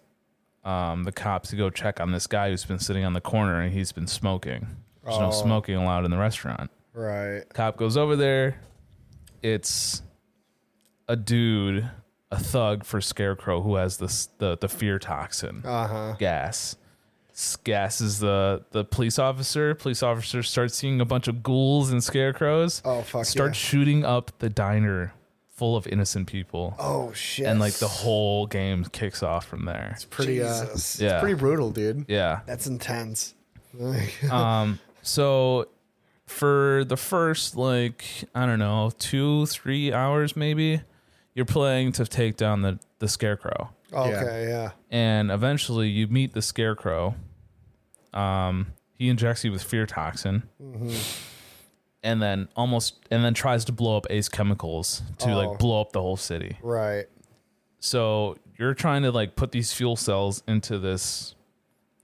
um, the cops to go check on this guy who's been sitting on the corner and he's been smoking. There's no smoking allowed in the restaurant. Right. Cop goes over there. It's a dude, a thug for Scarecrow who has this the the fear toxin Uh-huh. gas. S- Gas is the the police officer. Police officer starts seeing a bunch of ghouls and scarecrows. Oh, fuck Start yeah. shooting up the diner full of innocent people, Oh shit. and like the whole game kicks off from there. Pretty, uh, Jesus. yeah, pretty brutal, dude. yeah. That's intense. So for the first like I don't know two three hours maybe, you're playing to take down the the scarecrow, Okay. Yeah. and eventually you meet the scarecrow. Um, he injects you with fear toxin, and then almost and then tries to blow up Ace Chemicals to Oh. like blow up the whole city. Right. So you're trying to like put these fuel cells into this,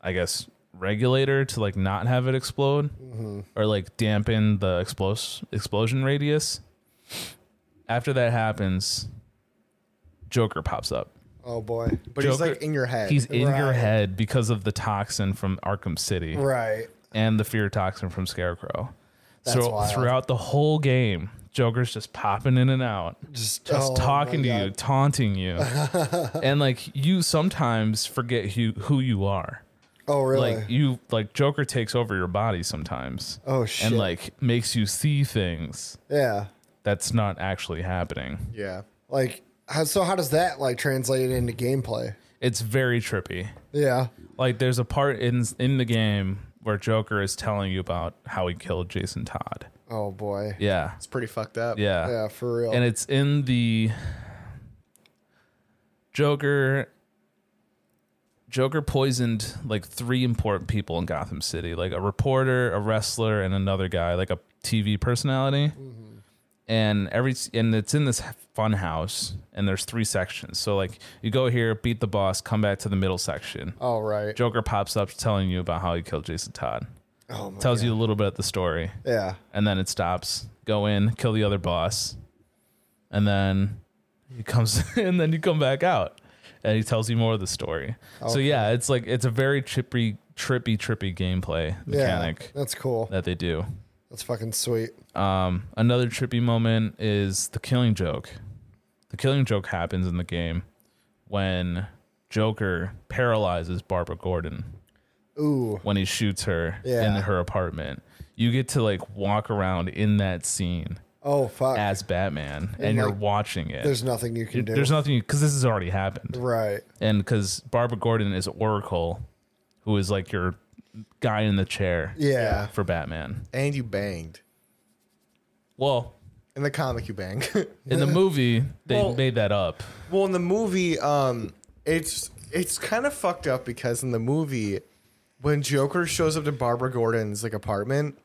I guess, regulator to like not have it explode Mm-hmm. or like dampen the explos- explosion radius. After that happens, Joker pops up. Oh boy. But he's Joker- like in your head. He's in your Right. head because of the toxin from Arkham City Right. and the fear toxin from Scarecrow. That's so wild. throughout the whole game, Joker's just popping in and out Just, just oh, talking my to God. you, taunting <laughs> you, and like you sometimes forget who who you are. Oh really? Like you, like Joker takes over your body sometimes. Oh, shit. And like makes you see things yeah. that's not actually happening. yeah. Like how, so how does that like translate into gameplay? It's very trippy. Yeah. Like there's a part in in the game where Joker is telling you about how he killed Jason Todd. Oh boy. Yeah, It's pretty fucked up. yeah, Yeah, for real. and it's in the Joker. Joker poisoned like three important people in Gotham City, like a reporter, a wrestler, and another guy, like a TV personality. Mm-hmm. And every and it's in this fun house, and there's three sections. So like you go here, beat the boss, come back to the middle section. oh right. Joker pops up telling you about how he killed Jason Todd. Oh my Tells you a little bit of the story Yeah. and then it stops. Go in, kill the other boss, and then he comes <laughs> and then you come back out, and he tells you more of the story. So yeah, it's like it's a very trippy, trippy, trippy gameplay Yeah. mechanic That's cool. that they do. That's fucking sweet. Another trippy moment is the killing joke. The killing joke happens in the game when Joker paralyzes Barbara Gordon Ooh. when he shoots her Yeah. in her apartment. You get to like walk around in that scene Oh fuck. as Batman and, you're like, watching it. There's nothing you can do. There's nothing because this has already happened, Right. and because Barbara Gordon is Oracle, who is like your guy in the chair Yeah. for Batman. And you banged. Well, In the comic, you <laughs> bang. in <laughs> the movie they Well- made that up. well, in the movie, um, it's it's kind of fucked up because in the movie, when Joker shows up to Barbara Gordon's like apartment,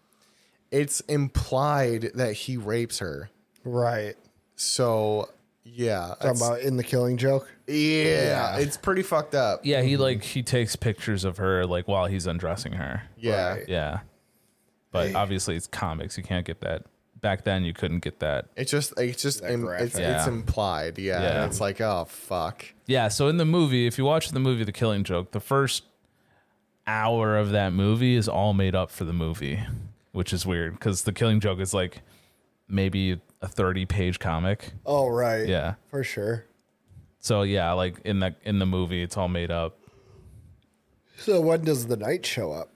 it's implied that he rapes her. Right. So yeah, Talking it's- about in the killing joke. yeah, it's pretty fucked up. Yeah, he like he takes pictures of her like while he's undressing her. Yeah. Right. Yeah, but obviously it's comics. You can't get that. Back then you couldn't get that. It's just it's just im- it's, graphic. it's Yeah. implied. Yeah, Yeah. And it's like oh fuck. Yeah, so in the movie, if you watch the movie The Killing Joke, the first hour of that movie is all made up for the movie, which is weird because The Killing Joke is like maybe a 30 page comic. Oh right. Yeah. For sure. So yeah, like in the in the movie it's all made up. So when does the night show up?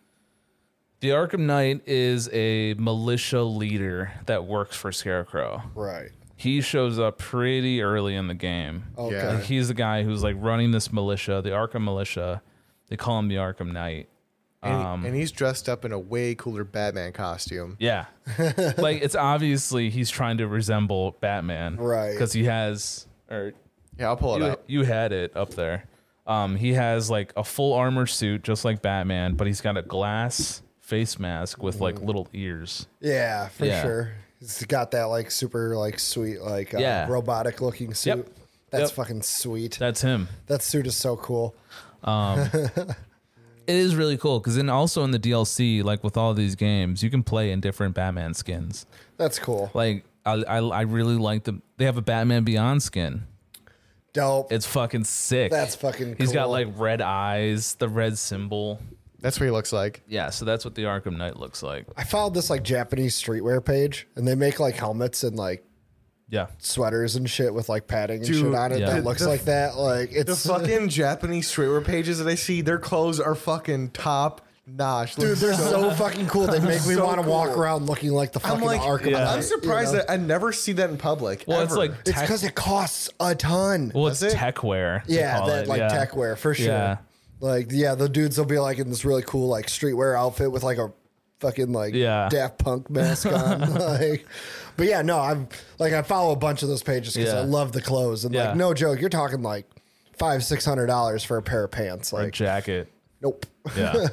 The Arkham Knight is a militia leader that works for Scarecrow. Right. He shows up pretty early in the game. Okay. Yeah. Like, he's the guy who's like running this militia, the Arkham militia. They call him the Arkham Knight. And, Um, and he's dressed up in a way cooler Batman costume. <laughs> Yeah. like it's obviously he's trying to resemble Batman. Right. Because he has or Yeah, I'll pull it you, up. you had it up there. Um he has like a full armor suit just like Batman, but he's got a glass face mask with Mm-hmm. like little ears. Yeah, for Yeah. sure. He's got that like super like sweet like uh, Yeah. robotic looking suit. Yep. That's Yep. fucking sweet. That, That's him. suit is so cool. It is really cool because then also in the DLC, like with all these games, you can play in different Batman skins. That's cool. Like I, I, I really like the they have a Batman Beyond skin. Dope. It's fucking sick. That's fucking He's got cool. like red eyes, the red symbol. That's what he looks like. Yeah, so that's what the Arkham Knight looks like. I found this like Japanese streetwear page, and they make like helmets and like Yeah. sweaters and shit with like padding and Dude, shit on it Yeah. that dude, looks the- like that. <laughs> Like The it's fucking Japanese streetwear pages that I see, their clothes are fucking top notch. <laughs> Dude, they're <laughs> so fucking cool. They make me So want to walk cool. around looking like the I'm fucking like, Arkham. Knight, I'm surprised you know? that I never see that in public. Well, it's ever. like it's tech, because it costs a ton. well, it's does it? tech wear. they yeah, call that it, like yeah. tech wear for sure. Yeah. Like yeah, the dudes will be like in this really cool like streetwear outfit with like a fucking like Yeah. Daft Punk mask <laughs> on. like, but yeah, no, I'm like I follow a bunch of those pages because I Yeah. love the clothes and Yeah. like no joke, you're talking like five six hundred dollars for a pair of pants. Or Like jacket. nope, <laughs> Yeah.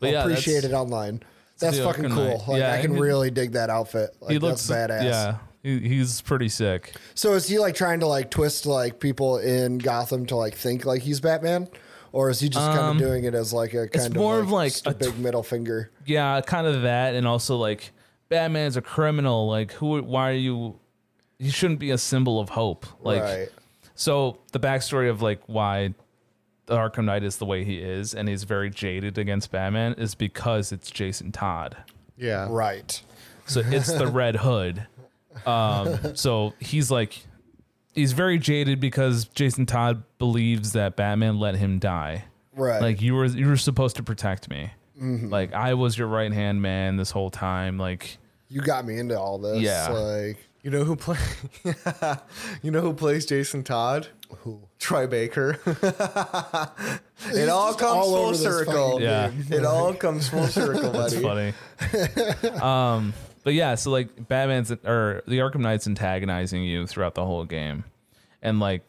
But yeah, appreciate that's- it online. That's the fucking Arkham cool. Knight. Like Yeah, I can he- really dig that outfit. Like, He looks that's badass. Yeah. He, he's pretty sick. So is he like trying to like twist like people in Gotham to like think like he's Batman, or is he just kind of doing it as like a kind of Um, more like, of, like, just a a big middle finger? Yeah, kind of that and also like Batman's a criminal. Like who why are you he shouldn't be a symbol of hope. Like right. So the backstory of like why the Arkham Knight is the way he is and he's very jaded against Batman is because it's Jason Todd. yeah. Right. So it's the Red Hood. Um, so he's like he's very jaded because Jason Todd believes that Batman let him die. Right. Like you were you were supposed to protect me. Like I was your right hand man this whole time. Like you got me into all this. Yeah. Like You know who play? you know who plays Jason Todd? Who? Troy Baker. <laughs> it all just comes all over full this circle. fucking Yeah. It all comes full <laughs> circle, buddy. funny. um, but yeah, so like Batman's or the Arkham Knight's antagonizing you throughout the whole game, and like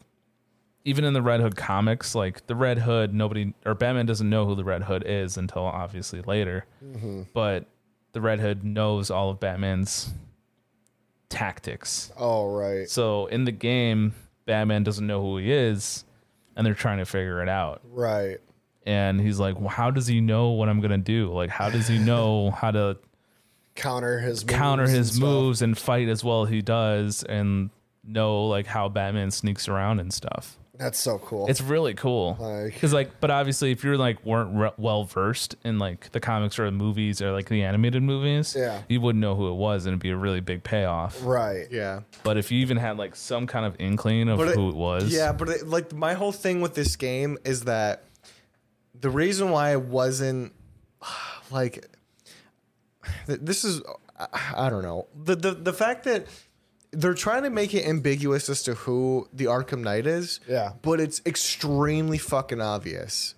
even in the Red Hood comics, like the Red Hood, nobody or Batman doesn't know who the Red Hood is until obviously later, but the Red Hood knows all of Batman's tactics. oh right. So in the game, Batman doesn't know who he is, and they're trying to figure it out Right. and he's like, well, "How does he know what I'm gonna do? Like, how does he know how to Counter his moves counter and his stuff. moves and fight as well as he does, and know like how Batman sneaks around and stuff? That's so cool. It's really cool. Like- Because like, but obviously, if you're like weren't re- well versed in like the comics or the movies or like the animated movies, Yeah. you wouldn't know who it was, and it'd be a really big payoff. right. Yeah. But if you even had like some kind of inkling of But who it was, Yeah, but it, like my whole thing with this game is that the reason why I wasn't <sighs> like th- this is I- I don't know the the the fact that they're trying to make it ambiguous as to who the Arkham Knight is. Yeah. but it's extremely fucking obvious.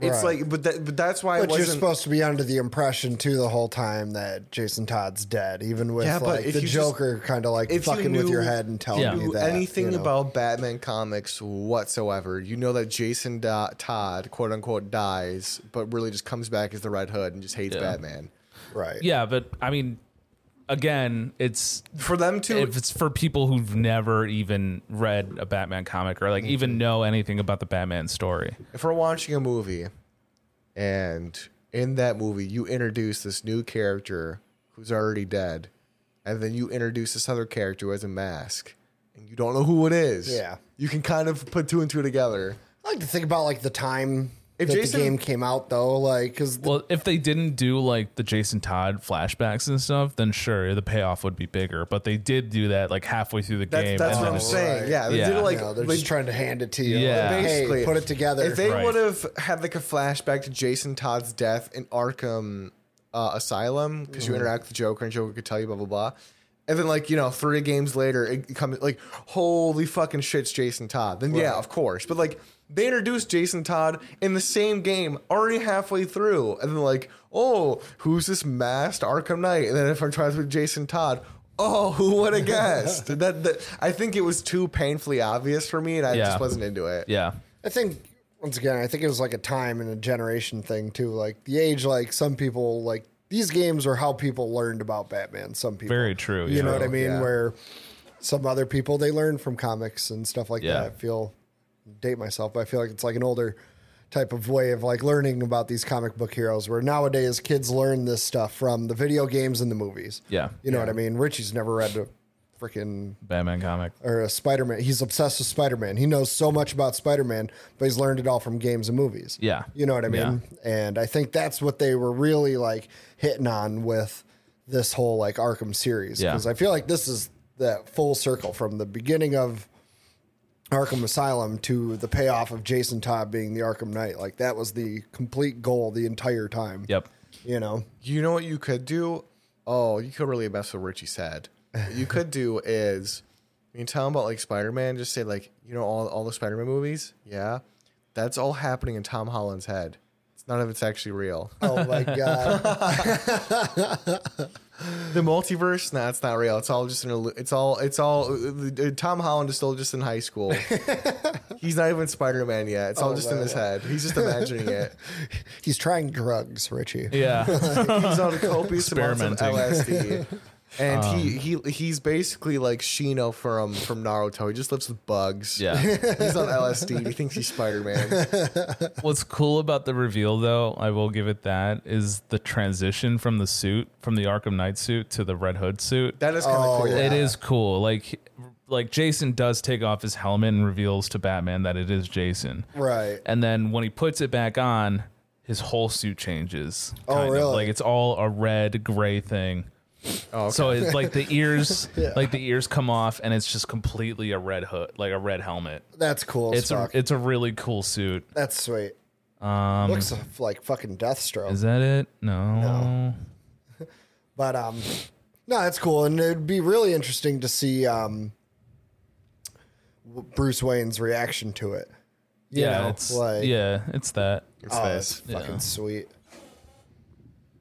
It's Right. like, but that, but that's why it But you're wasn't. supposed to be under the impression too the whole time that Jason Todd's dead, even with Yeah, but like if the you just- Joker kind of like if you fucking with knew- your head and telling Yeah. you knew that anything you know? about Batman comics whatsoever, you know that Jason Do- Todd, quote unquote, dies, but really just comes back as the Red Hood and just hates Batman. right. yeah. But I mean, again, it's For them to, if it's for people who've never even read a Batman comic or Mm-hmm. like even know anything about the Batman story. if we're watching a movie, and in that movie you introduce this new character who's already dead, and then you introduce this other character who has a mask, and you don't know who it is. Yeah. you can kind of put two and two together. I like to think about like the time If that Jason- the game came out though, like because Well, if they didn't do like the Jason Todd flashbacks and stuff, then sure, the payoff would be bigger. But they did do that like halfway through the That's game. that's and what then I'm it's- saying. Right. Yeah, they Yeah. did it like no, they're like- just trying to hand it to you. Like, Yeah. basically, Basically, put it together. If they Right. would have had like a flashback to Jason Todd's death in Arkham uh, Asylum, because you interact with the Joker and Joker could tell you blah blah blah, and then like you know three games later it comes like holy fucking shit's Jason Todd. Then yeah, of course. But like they introduced Jason Todd in the same game already halfway through, and then like oh who's this masked Arkham Knight? And then if I'm trying with Jason Todd. Oh, <laughs> who would have guessed? that, that I think it was too painfully obvious for me, and I Yeah. just wasn't into it. Yeah. I think once again, I think it was like a time and a generation thing too. Like the age, like some people like these games are how people learned about Batman. Some people Very true, You yeah. know what I mean? Yeah. Where some other people they learn from comics and stuff like Yeah. that. I feel date myself, but I feel like it's like an older type of way of like learning about these comic book heroes where nowadays kids learn this stuff from the video games and the movies. Yeah. You know what I mean? Richie's never read a freaking Batman comic. or a Spider Man. He's obsessed with Spider Man. He knows so much about Spider Man, but he's learned it all from games and movies. Yeah. You know what I Yeah. mean? And I think that's what they were really like hitting on with this whole like Arkham series. Yeah. Because I feel like this is that full circle from the beginning of Arkham Asylum to the payoff of Jason Todd being the Arkham Knight. Like that was the complete goal the entire time. Yep. You know? You know what you could do? Oh, you could really mess with Richie's head. What you could <laughs> do is when you tell him about like Spider Man, just say like, you know, all all the Spider Man movies? Yeah. That's all happening in Tom Holland's head. It's none of it's actually real. <laughs> Oh my god. <laughs> the multiverse, nah, it's not real. It's all just an illu- it's all it's all uh, uh, Tom Holland is still just in high <laughs> school. He's not even Spider Man yet. It's all Oh, just in wow. his head. He's just imagining <laughs> it. he's trying drugs, Richie. Yeah. he's on copious amounts of Experimenting. <laughs> Um, LSD. And he, he he's basically like Shino from from Naruto. He just lives with bugs. yeah. <laughs> He's on LSD. He thinks he's Spider Man. What's cool about the reveal, though, I will give it that, is the transition from the suit, from the Arkham Knight suit to the Red Hood suit. That is kind of cool. It is cool. Like, like Jason does take off his helmet and reveals to Batman that it is Jason. Right. And then when he puts it back on, his whole suit changes. Oh, kind of. really? Oh, Like it's all a red gray thing. So it's like <laughs> the ears, like the ears come off, and it's just completely a red hood, like a red helmet. That's cool. as It's a, fuck. it's a really cool suit. That's sweet. Um, Looks like fucking Deathstroke. Is that it? No. but um, no, that's cool, and it'd be really interesting to see um, w- Bruce Wayne's reaction to it. You Yeah, know, it's like yeah, it's that. It's oh, that's this. fucking sweet.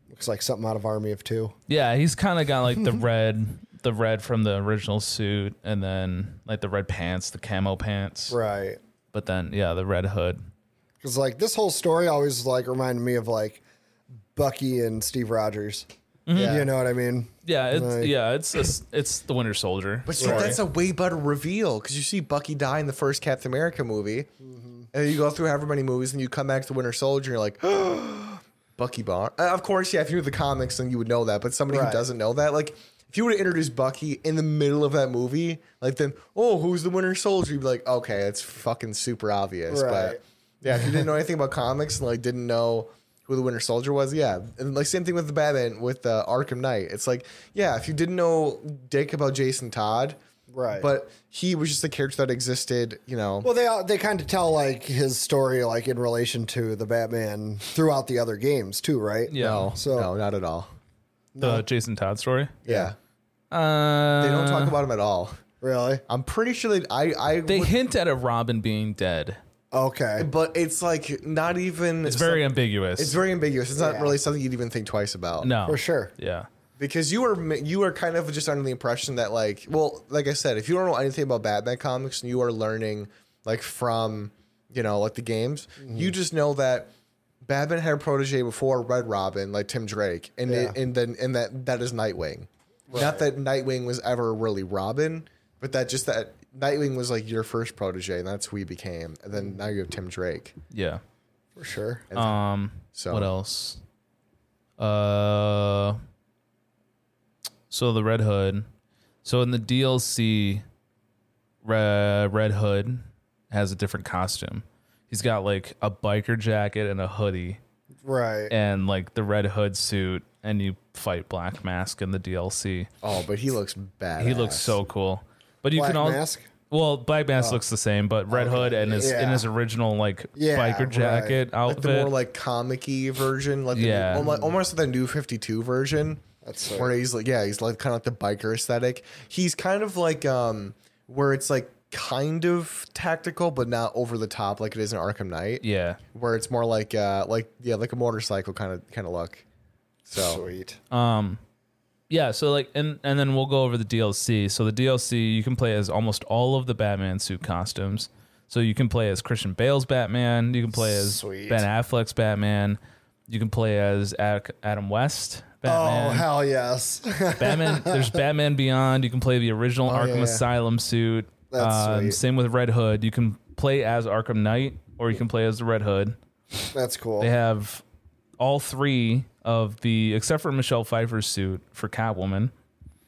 Looks like something out of Army <laughs> of Two. Yeah, he's kind of got like <laughs> the red, the red from the original suit, and then like the red pants, the camo pants. Right. But then yeah, the red hood. Because like this whole story always like reminded me of like Bucky and Steve Rogers. Mm-hmm. You know what I mean? Yeah, it's Like- yeah, it's it's it's the Winter Soldier. But see, story. that's a way better reveal because you see Bucky die in the first Captain America movie, Mm-hmm. and then you go through however many movies, and you come back to Winter Soldier, and you're like, <gasps> Bucky Barnes. Uh, of course, yeah. If you knew the comics, then you would know that. But somebody Right. who doesn't know that, like, if you would have introduced Bucky in the middle of that movie, like, then oh, who's the Winter Soldier? You'd be like, okay, it's fucking super obvious. Right. But yeah, if you didn't know anything about comics and like didn't know who the Winter Soldier was, yeah, and like same thing with the Batman with uh, Arkham Knight. It's like yeah, if you didn't know Dick about Jason Todd, Right. But he was just a character that existed, you know. Well, they all- they kind of tell like his story like in relation to the Batman throughout the other games too, right? yeah, no, so- no, not at all. the Jason Todd story. Yeah, Uh, they don't talk about him at all. Really? I'm pretty sure they. I. I They would- hint at a Robin being dead. Okay. but it's like not even. It's very ambiguous. It's very ambiguous. It's not really something you'd even think twice about. no For sure. Yeah, because you are ma- you are kind of just under the impression that like, well, like I said, if you don't know anything about Batman comics and you are learning like from you know like the games, Mm-hmm. you just know that Batman had a protege before Red Robin, like Tim Drake, and it, Yeah. and then and that that is Nightwing. Not that Nightwing was ever really Robin, but that just that Nightwing was like your first protege, and that's who he became. And then now you have Tim Drake. yeah. For sure. Um, So what else? Uh, so the Red Hood. So in the DLC, Re- Red Hood has a different costume. He's got like a biker jacket and a hoodie, Right. and like the Red Hood suit, and you fight Black Mask in the DLC. Oh, but he looks bad. He looks so cool. But you Black can all Mask? Oh. Well, Black Mask looks the same, but Red Hood and his in Yeah. his original like Yeah, biker right. jacket like outfit. the more like comic-y version, like the Yeah. new, almo- almost like the new Fifty Two version. That's where he's like, yeah, he's like kind of like the biker aesthetic. He's kind of like um where it's like kind of tactical, but not over the top like it is in Arkham Knight. yeah. where it's more like uh like yeah like a motorcycle kind of kind of look. So Sweet. Um, Yeah, so like and and then we'll go over the DLC. So the DLC you can play as almost all of the Batman suit costumes. So you can play as Christian Bale's Batman, you can play as Sweet. Ben Affleck's Batman, you can play as Ad- Adam West Batman. Oh hell yes! <laughs> Batman. There's Batman Beyond. You can play the original Arkham Oh, yeah, yeah. Asylum suit. That's Um, sweet. Same with Red Hood. You can play as Arkham Knight, or you can play as the Red Hood. That's cool. They have all three of the, except for Michelle Pfeiffer's suit for Catwoman.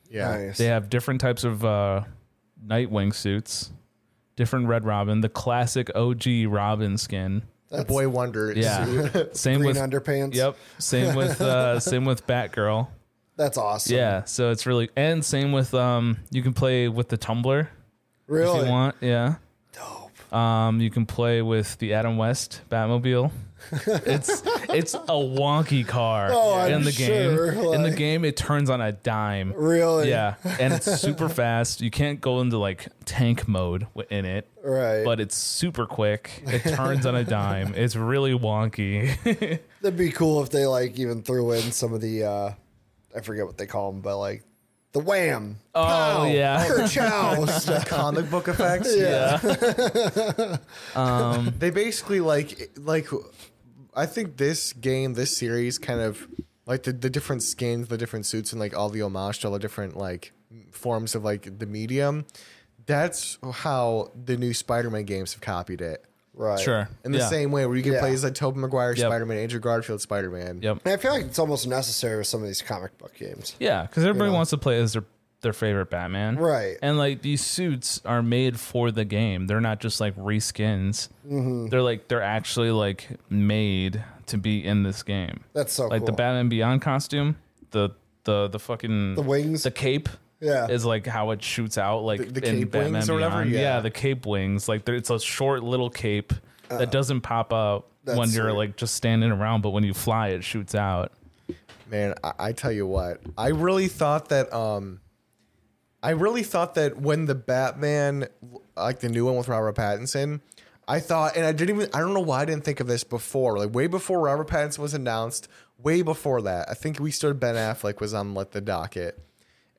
Yeah. nice. They have different types of uh, Nightwing suits, different Red Robin, the classic OG Robin skin. The boy wonders. <laughs> Yeah. same Green with underpants. Yep. Same with <laughs> uh, same with Batgirl. That's awesome. Yeah. So it's really and same with um you can play with the Tumblr if Really? you want. Yeah. Dope. Um, you can play with the Adam West <laughs> Batmobile. it's it's a wonky car Oh, I'm in the sure, game. in the like- game, it turns on a dime. Really? Yeah, and <laughs> it's super fast. You can't go into like tank mode w- in it, Right. but it's super quick. It turns on a dime. It's really wonky. <laughs> That'd be cool if they like even threw in some of the uh I forget what they call them, but like the wham. Oh, yeah. <laughs> Chow stuff. Comic book effects. Yeah. <laughs> They basically like like I think this game, this series kind of like the, the different skins, the different suits and like all the homage to all the different like forms of like the medium. That's how the new Spider-Man games have copied it. Right. In the Yeah. same way where you can Yeah. play as like Tobey Maguire Yep. Spider-Man, Andrew Garfield Spider-Man. Yep. And I feel like it's almost necessary with some of these comic book games. Yeah, because everybody wants to play as their their favorite Batman, Right. And like these suits are made for the game; they're not just like reskins. Mm-hmm. They're like they're actually like made to be in this game. That's so like the cool. Batman Beyond costume, the the the fucking The wings. the cape. Yeah. is like how it shoots out, like The- the in cape Batman wings or whatever? Beyond. Yeah. Yeah. the cape wings. Like there, it's a short little cape that doesn't pop up Uh-huh. That's when you're sweet. like just standing around, but when you fly, it shoots out. Man, I, I tell you what, I really thought that um, I really thought that when the Batman, like the new one with Robert Pattinson, I thought, and I didn't even, I don't know why I didn't think of this before, like way before Robert Pattinson was announced, way before that. I think we started Ben Affleck was on like the docket,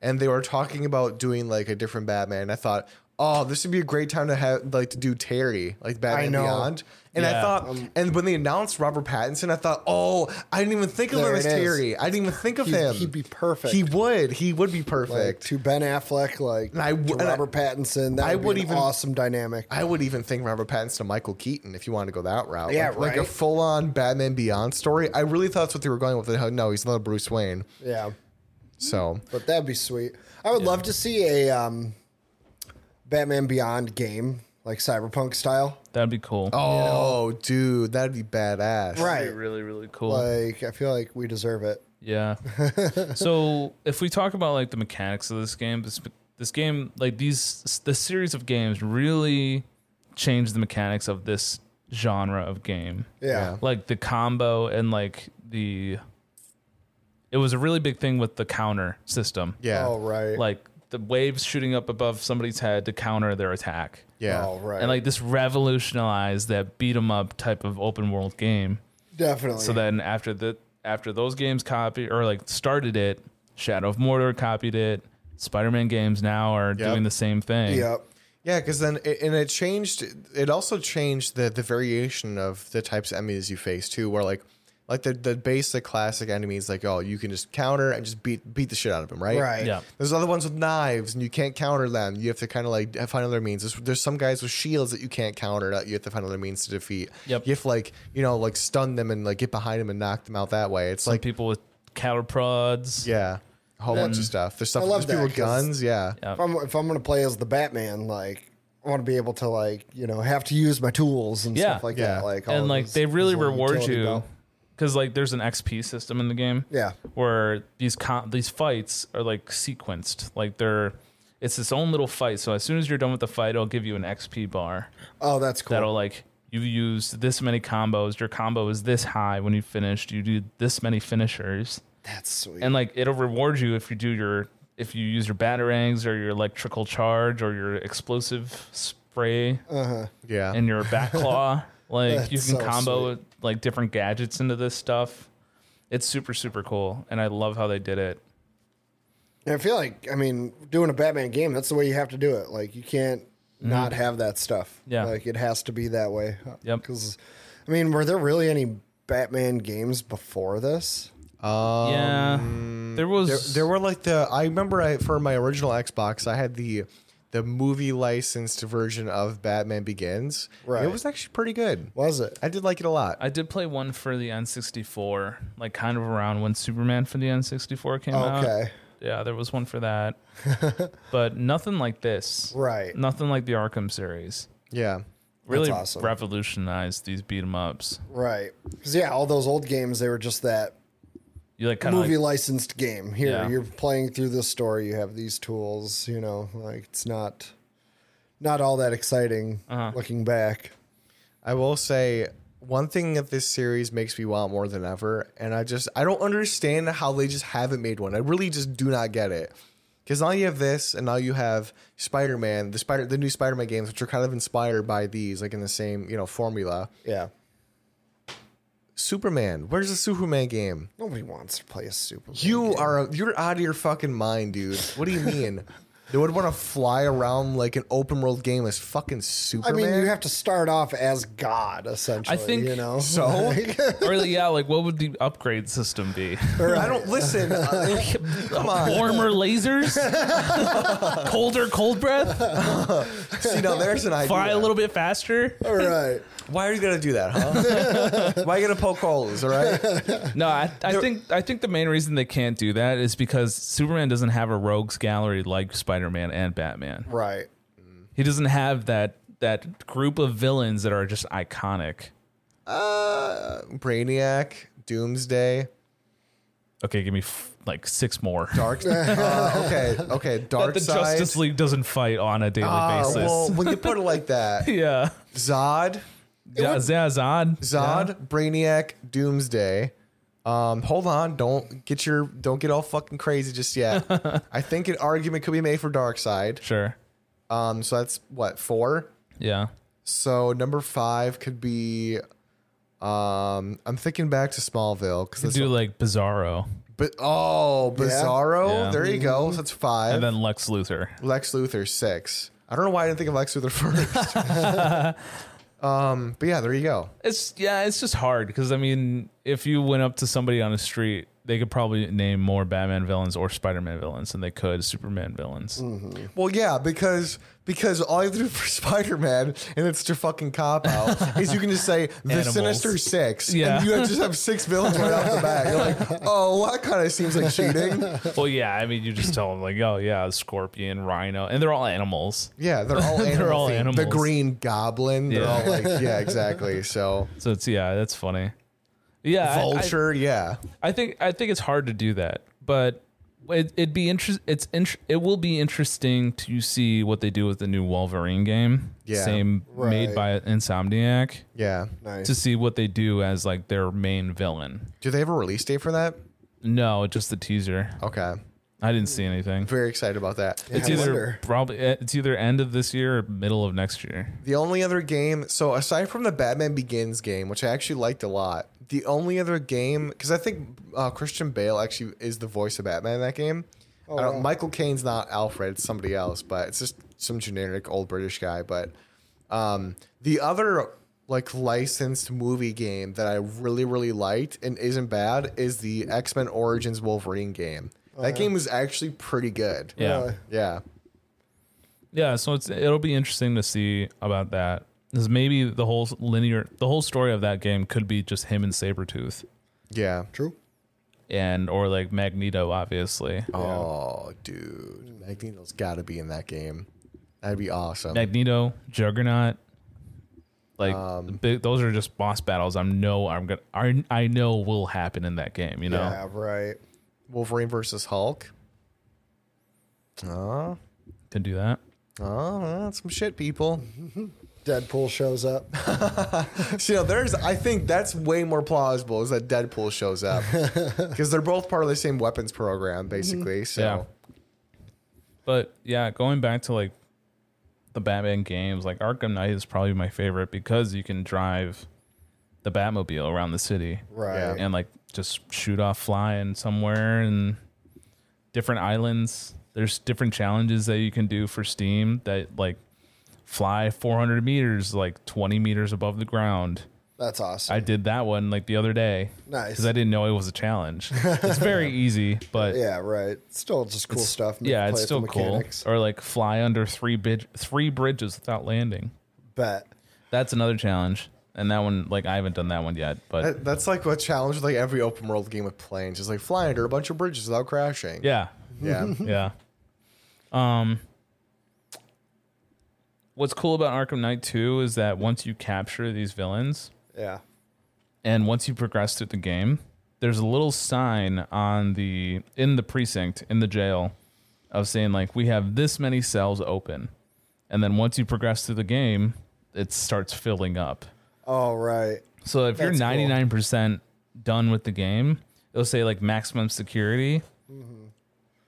and they were talking about doing like a different Batman. And I thought, oh, this would be a great time to have like to do Terry, like Batman know. Beyond. And I Yeah. thought, and when they announced Robert Pattinson, I thought, oh, I didn't even think of There him as it is. Terry. I didn't even think of He'd- him. he'd be perfect. He would. He would be Like perfect. to Ben Affleck, like I w- to and I- Robert Pattinson. That I would, would be an even- awesome dynamic. I would even think Robert Pattinson and Michael Keaton if you want to go that route. Yeah, like, like a right. full on Batman Beyond story. I really thought that's what they were going with. No, he's not Bruce Wayne. yeah. So But that'd be sweet. I would love to see a um, Batman Beyond game, like Cyberpunk style. That'd be cool. Oh dude, that'd be badass. That'd be really really cool. Like, I feel like we deserve it. Yeah. <laughs> so if we talk about like the mechanics of this game, this this game like these the series of games really changed the mechanics of this genre of game. Yeah. Like the combo and like the it was a really big thing with the counter system. Yeah. All right. Like the waves shooting up above somebody's head to counter their attack. yeah. All right. And like this revolutionized that beat 'em up type of open world game. definitely. So then after the after those games copy or like started it, Shadow of Mordor copied it. Spider-Man games now are doing the same thing. Yep. Yeah, because then it, and it changed. It also changed the the variation of the types of enemies you face too. Where like like the the basic classic enemies, like oh, you can just counter and just beat beat the shit out of them, right? Right. Yeah. There's other ones with knives, and you can't counter them. You have to kind of like find other means. There's, there's some guys with shields that you can't counter. That you have to find other means to defeat. Yep. You have to like you know like stun them and like get behind them and knock them out that way. It's Some like people with counter prods. yeah, a whole bunch of stuff. There's stuff. I love There's people that, with 'cause- guns. Yeah. If I'm if I'm gonna play as the Batman, like I want to be able to like you know have to use my tools and Yeah. stuff like Yeah. that. Like all And like those- they really those little reward utility you belt. cuz like there's an XP system in the game. Yeah. Where these con- these fights are like sequenced. Like they're it's its own little fight. So as soon as you're done with the fight, it'll give you an XP bar. Oh, that's cool. that'll like you used this many combos your combo is this high when you finished you do this many finishers that's sweet. and like it'll reward you if you do your if you use your batarangs or your electrical charge or your explosive spray Yeah. and your <laughs> back claw like you Uh. That's can so combo like different gadgets into this stuff it's super super cool and i love how they did it And I feel like I mean doing a Batman game, that's the way you have to do it. Like you can't not have that stuff. Mm-hmm. Yeah. Like it has to be that way. Yep. Because I mean, were there really any Batman games before this? Um, yeah, there was There, there were like the I remember I for my original Xbox I had the the movie licensed version of Batman Begins. Right. It was actually pretty good. Was it? I did like it a lot. I did play one for the N64, like kind of around when Superman for the N64 came out. Okay. Yeah, there was one for <laughs> that. but nothing like this. Right. Nothing like the Arkham series. yeah. Really awesome. revolutionized these beat 'em ups. Right. Because, yeah, all those old games, they were just that You like kind of movie like, licensed game. Here, Yeah. you're playing through this story. You have these tools. You know, like it's not not all that exciting Uh-huh. looking back. I will say one thing that this series makes me want more than ever, and I just I don't understand how they just haven't made one. I really just do not get it. Because now you have this, and now you have Spider Man, the Spider, the new Spider Man games, which are kind of inspired by these, like in the same you know formula. Yeah. Superman, where's the Superman game? Nobody wants to play a Super. You are you're out of your fucking mind, dude. What do you mean? they would want to fly around like an open world game as fucking I Superman. mean, you have to start off as God, essentially. think you know. <laughs> so. really, yeah, like what would the upgrade system <laughs> be? I <laughs> don't listen. I- <laughs> come on. Warmer <laughs> lasers? Colder cold breath? See, now there's an idea. Fly a little bit faster? all right. Why are you gonna do that, huh? Why are you gonna poke holes? All <laughs> right. No, I, I think I think the main reason they can't do that is because Superman doesn't have a rogues gallery like Spider-Man and Batman. Right. He doesn't have that that group of villains that are just iconic. Uh, Brainiac, Doomsday, Okay, give me f- like six more. Dark. <laughs> Uh, okay, okay. <laughs> That Dark the side. Justice League doesn't fight on a daily Ah, basis. well, when you put it like that, <laughs> yeah, Zod, yeah, yeah, Zod. Zod, Brainiac, Doomsday. Um, hold on, don't get your don't get all fucking crazy just <laughs> yet. I think an argument could be made for Dark Side. Sure. Um, so that's what four. Yeah. So number five could be. Um, I'm thinking back to Smallville because Do like Bizarro But oh, Bizarro. Yeah. There you go. So that's five. and then Lex Luthor. Lex Luthor six. I don't know why I didn't think of Lex Luthor <laughs> first. <laughs> um, but yeah, there you go. It's yeah, it's just hard because I mean, if you went up to somebody on the street, they could probably name more Batman villains or Spider-Man villains than they could Superman villains. Well, yeah, because because all you have to do <laughs> for Spider Man, and it's to fucking cop out, is you can just say the Animals. Sinister Six, Yeah. and you just have six villains right off the bat. You're <laughs> like, oh, well, that kind of seems like cheating. <laughs> Well, yeah, I mean, you just tell them like, oh yeah, Scorpion, Rhino, and they're all animals, Yeah, they're <laughs> all animal. all themed. The animals. Green Goblin. They're Yeah. all like, <laughs> yeah, exactly. So so it's yeah, that's funny. Yeah, I- I- vulture, yeah. I think I think it's hard to do that, but it, it'd be interest. It's inter- it will be interesting to see what they do with the new Wolverine game. Yeah. same made by Insomniac. Yeah. Nice. To see what they do as like their main villain. Do they have a release date for that? No, just the teaser. Okay. I didn't see anything. Very excited about that. It's I either wonder. probably eh, it's either end of this year or middle of next year. The only other game, so aside from the Batman Begins game, which I actually liked a lot, the only other game, because I think uh, Christian Bale actually is the voice of Batman in that game. I don't, Michael Caine's not Alfred, it's somebody else, but it's just some generic old British guy. But um, the other like licensed movie game that I really really liked and isn't bad is the X Men Origins Wolverine game. That game was actually pretty good. Yeah. Really? Yeah. Yeah, so it's it'll be interesting to see about that. Because maybe the whole linear, the whole story of that game could be just him and Sabretooth. Yeah. True. and or like Magneto, obviously. Oh, dude, Magneto's got to be in that game. That'd be awesome. Magneto, Juggernaut, like Um, big, those are just boss battles. I'm no, I'm gonna, I, I know will happen in that game. You know, Yeah. Right. Wolverine versus Hulk. Oh, can do that. oh, that's some shit, <laughs> people. Deadpool shows up. So, you know, there's. I think that's way more plausible is that Deadpool shows <laughs> up because they're both part of the same weapons program, basically. So, Yeah. But yeah, going back to like the Batman games, like Arkham Knight is probably my favorite because you can drive the Batmobile around the city Right. and like just shoot off flying somewhere and different islands. There's different challenges that you can do for Steam that like fly 400 meters, like 20 meters above the ground. That's awesome. I did that one like the other day. Nice. Because I didn't know it was a challenge. It's <laughs> very easy, but yeah, right. Still just cool stuff. Make- yeah, play it's with the still cool. mechanics. Or like fly under three bid- three bridges without landing. Bet. That's another challenge. And that one, like I haven't done that one yet, but That- that's like a challenge with like every open world game with planes, just like flying under a bunch of bridges without crashing. yeah, <laughs> Yeah. yeah. Um, what's cool about Arkham Knight Two is that once you capture these villains, Yeah. and once you progress through the game, there's a little sign on the in the precinct in the jail of saying like we have this many cells open, and then once you progress through the game, it starts filling up. All right. So if you're That's cool. 99% done with the game, it'll say like maximum security, Mm-hmm.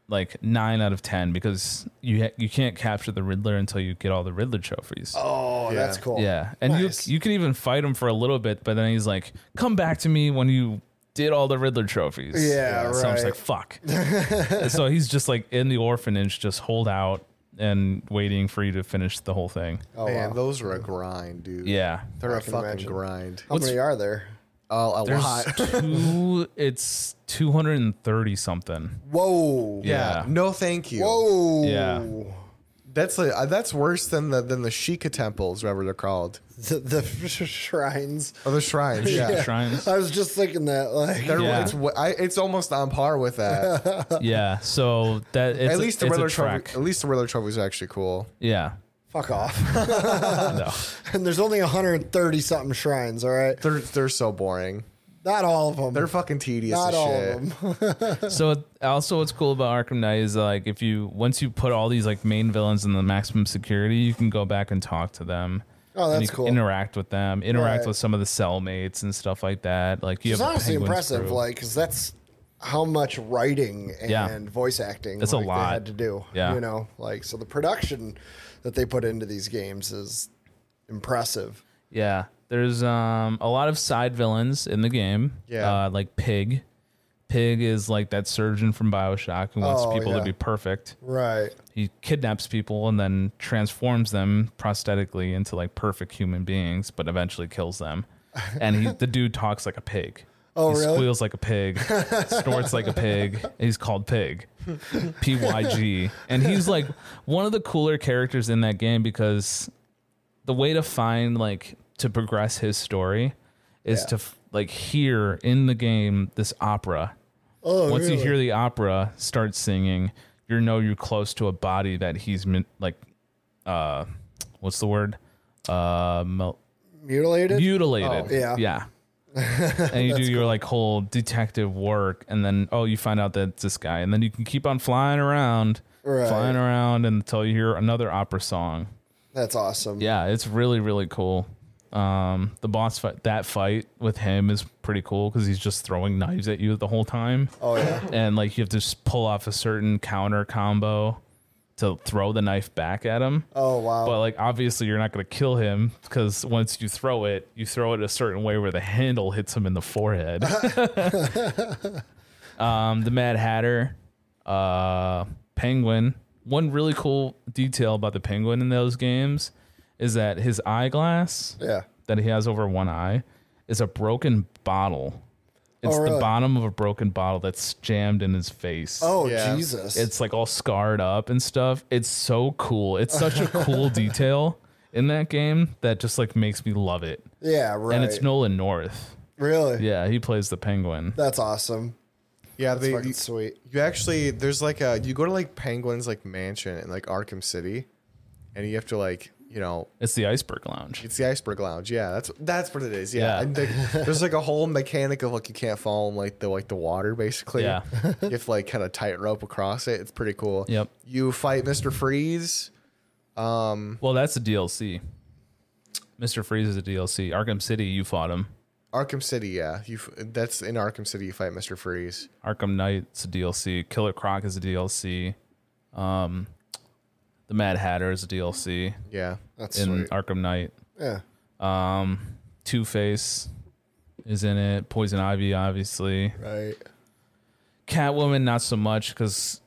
like nine out of 10 because you ha- you can't capture the Riddler until you get all the Riddler trophies. Oh, that's cool. Yeah, and you you can even fight him for a little bit, but then he's like, "Come back to me when you did all the Riddler trophies." Yeah, So I'm just right. like, "Fuck." <laughs> And so he's just like in the orphanage, just hold out and waiting for you to finish the whole thing. Oh, Man, wow. those were a grind, dude. Yeah, They're a can fucking imagine. grind. How many are there? Oh, a there's lot. two. It's two hundred and thirty something. Whoa. Yeah. No, thank you. Whoa. Yeah. That's like, uh, that's worse than the than the Sheikah temples, whatever they're called, The, the <laughs> shrines. or the shrines. Yeah. The shrines. <laughs> I was just thinking that, like, They're- Yeah. It's, wa- I, it's almost on par with <laughs> that. Yeah. So that it's at least a, the it's a Riddler track. trophy. At least the Riddler trophy is actually cool. <laughs> Yeah. fuck off. <laughs> No. and there's only 130 something shrines. All right. They're they're so boring. Not all of them. They're fucking tedious. not as all shit. of them. So it- also, what's cool about Arkham Knight is like if you once you put all these like main villains in the maximum security, you can go back and talk to them. Oh, And that's you can cool. Interact with them, interact Right. with some of the cellmates and stuff like that. Like you It's have the honestly Penguin's impressive, crew. like, because that's how much writing and Yeah. voice acting That's a like, lot. they had to do. Yeah. You know, like, so the production that they put into these games is impressive. yeah, there's um a lot of side villains in the game. Yeah. uh, like Pig. Pig is like that surgeon from Bioshock who wants Oh, people yeah. to be perfect. Right. he kidnaps people and then transforms them prosthetically into like perfect human beings, but eventually kills <laughs> them. And he, the dude talks like a pig. Oh, he really? squeals like a pig, <laughs> snorts like a pig. and He's called Pig, P Y G, and he's like one of the cooler characters in that game because the way to find like to progress his story is to f- like hear in the game this opera Oh, once you really? hear the opera start singing, you know you're close to a body that he's min- like, uh, what's the word? Uh, mel- mutilated. mutilated. Oh, yeah. <laughs> yeah. and you do your like whole detective work, and then oh, you find out that it's this guy, and then you can keep on flying around, Right. flying around until you hear another opera song. That's awesome. Yeah, it's really really cool. Um, the boss fight, that fight with him is pretty cool because he's just throwing knives at you the whole time Oh yeah. and like you have to just pull off a certain counter combo to throw the knife back at him. Oh wow. But like obviously you're not going to kill him because once you throw it, you throw it a certain way where the handle hits him in the <laughs> forehead. um, the Mad Hatter, uh, Penguin. One really cool detail about the Penguin in those games is that his eyeglass yeah. that he has over one eye is a broken bottle. It's the Oh, really? bottom of a broken bottle that's jammed in his face. Oh Yeah. Jesus. It's like all scarred up and stuff. It's so cool. It's such a <laughs> cool detail in that game that just like makes me love it. yeah. Right. And it's Nolan North. really. Yeah, he plays the penguin. That's awesome. Yeah, they, Fucking you, sweet. you actually there's like a you go to like Penguin's like mansion in like Arkham City, and you have to like you know It's the Iceberg Lounge. It's the iceberg lounge. Yeah, that's that's what it is. Yeah, Yeah. And like, there's like a whole mechanic of like you can't fall in like the like the water basically. <laughs> Yeah. you have to like kind of tightrope across it. It's pretty cool. Yep. You fight Mister Freeze. Well, that's a DLC. Mr. Freeze is a DLC. Arkham City, you fought him. Arkham City. Yeah, you. f- That's in Arkham City. You fight Mister Freeze. Arkham Knight's a DLC. Killer Croc is a DLC. Um, the Mad Hatter is a DLC Yeah. That's in sweet. Arkham Knight. Yeah. Um, Two Face is in it. Poison Ivy, obviously. Right. Catwoman, not so much because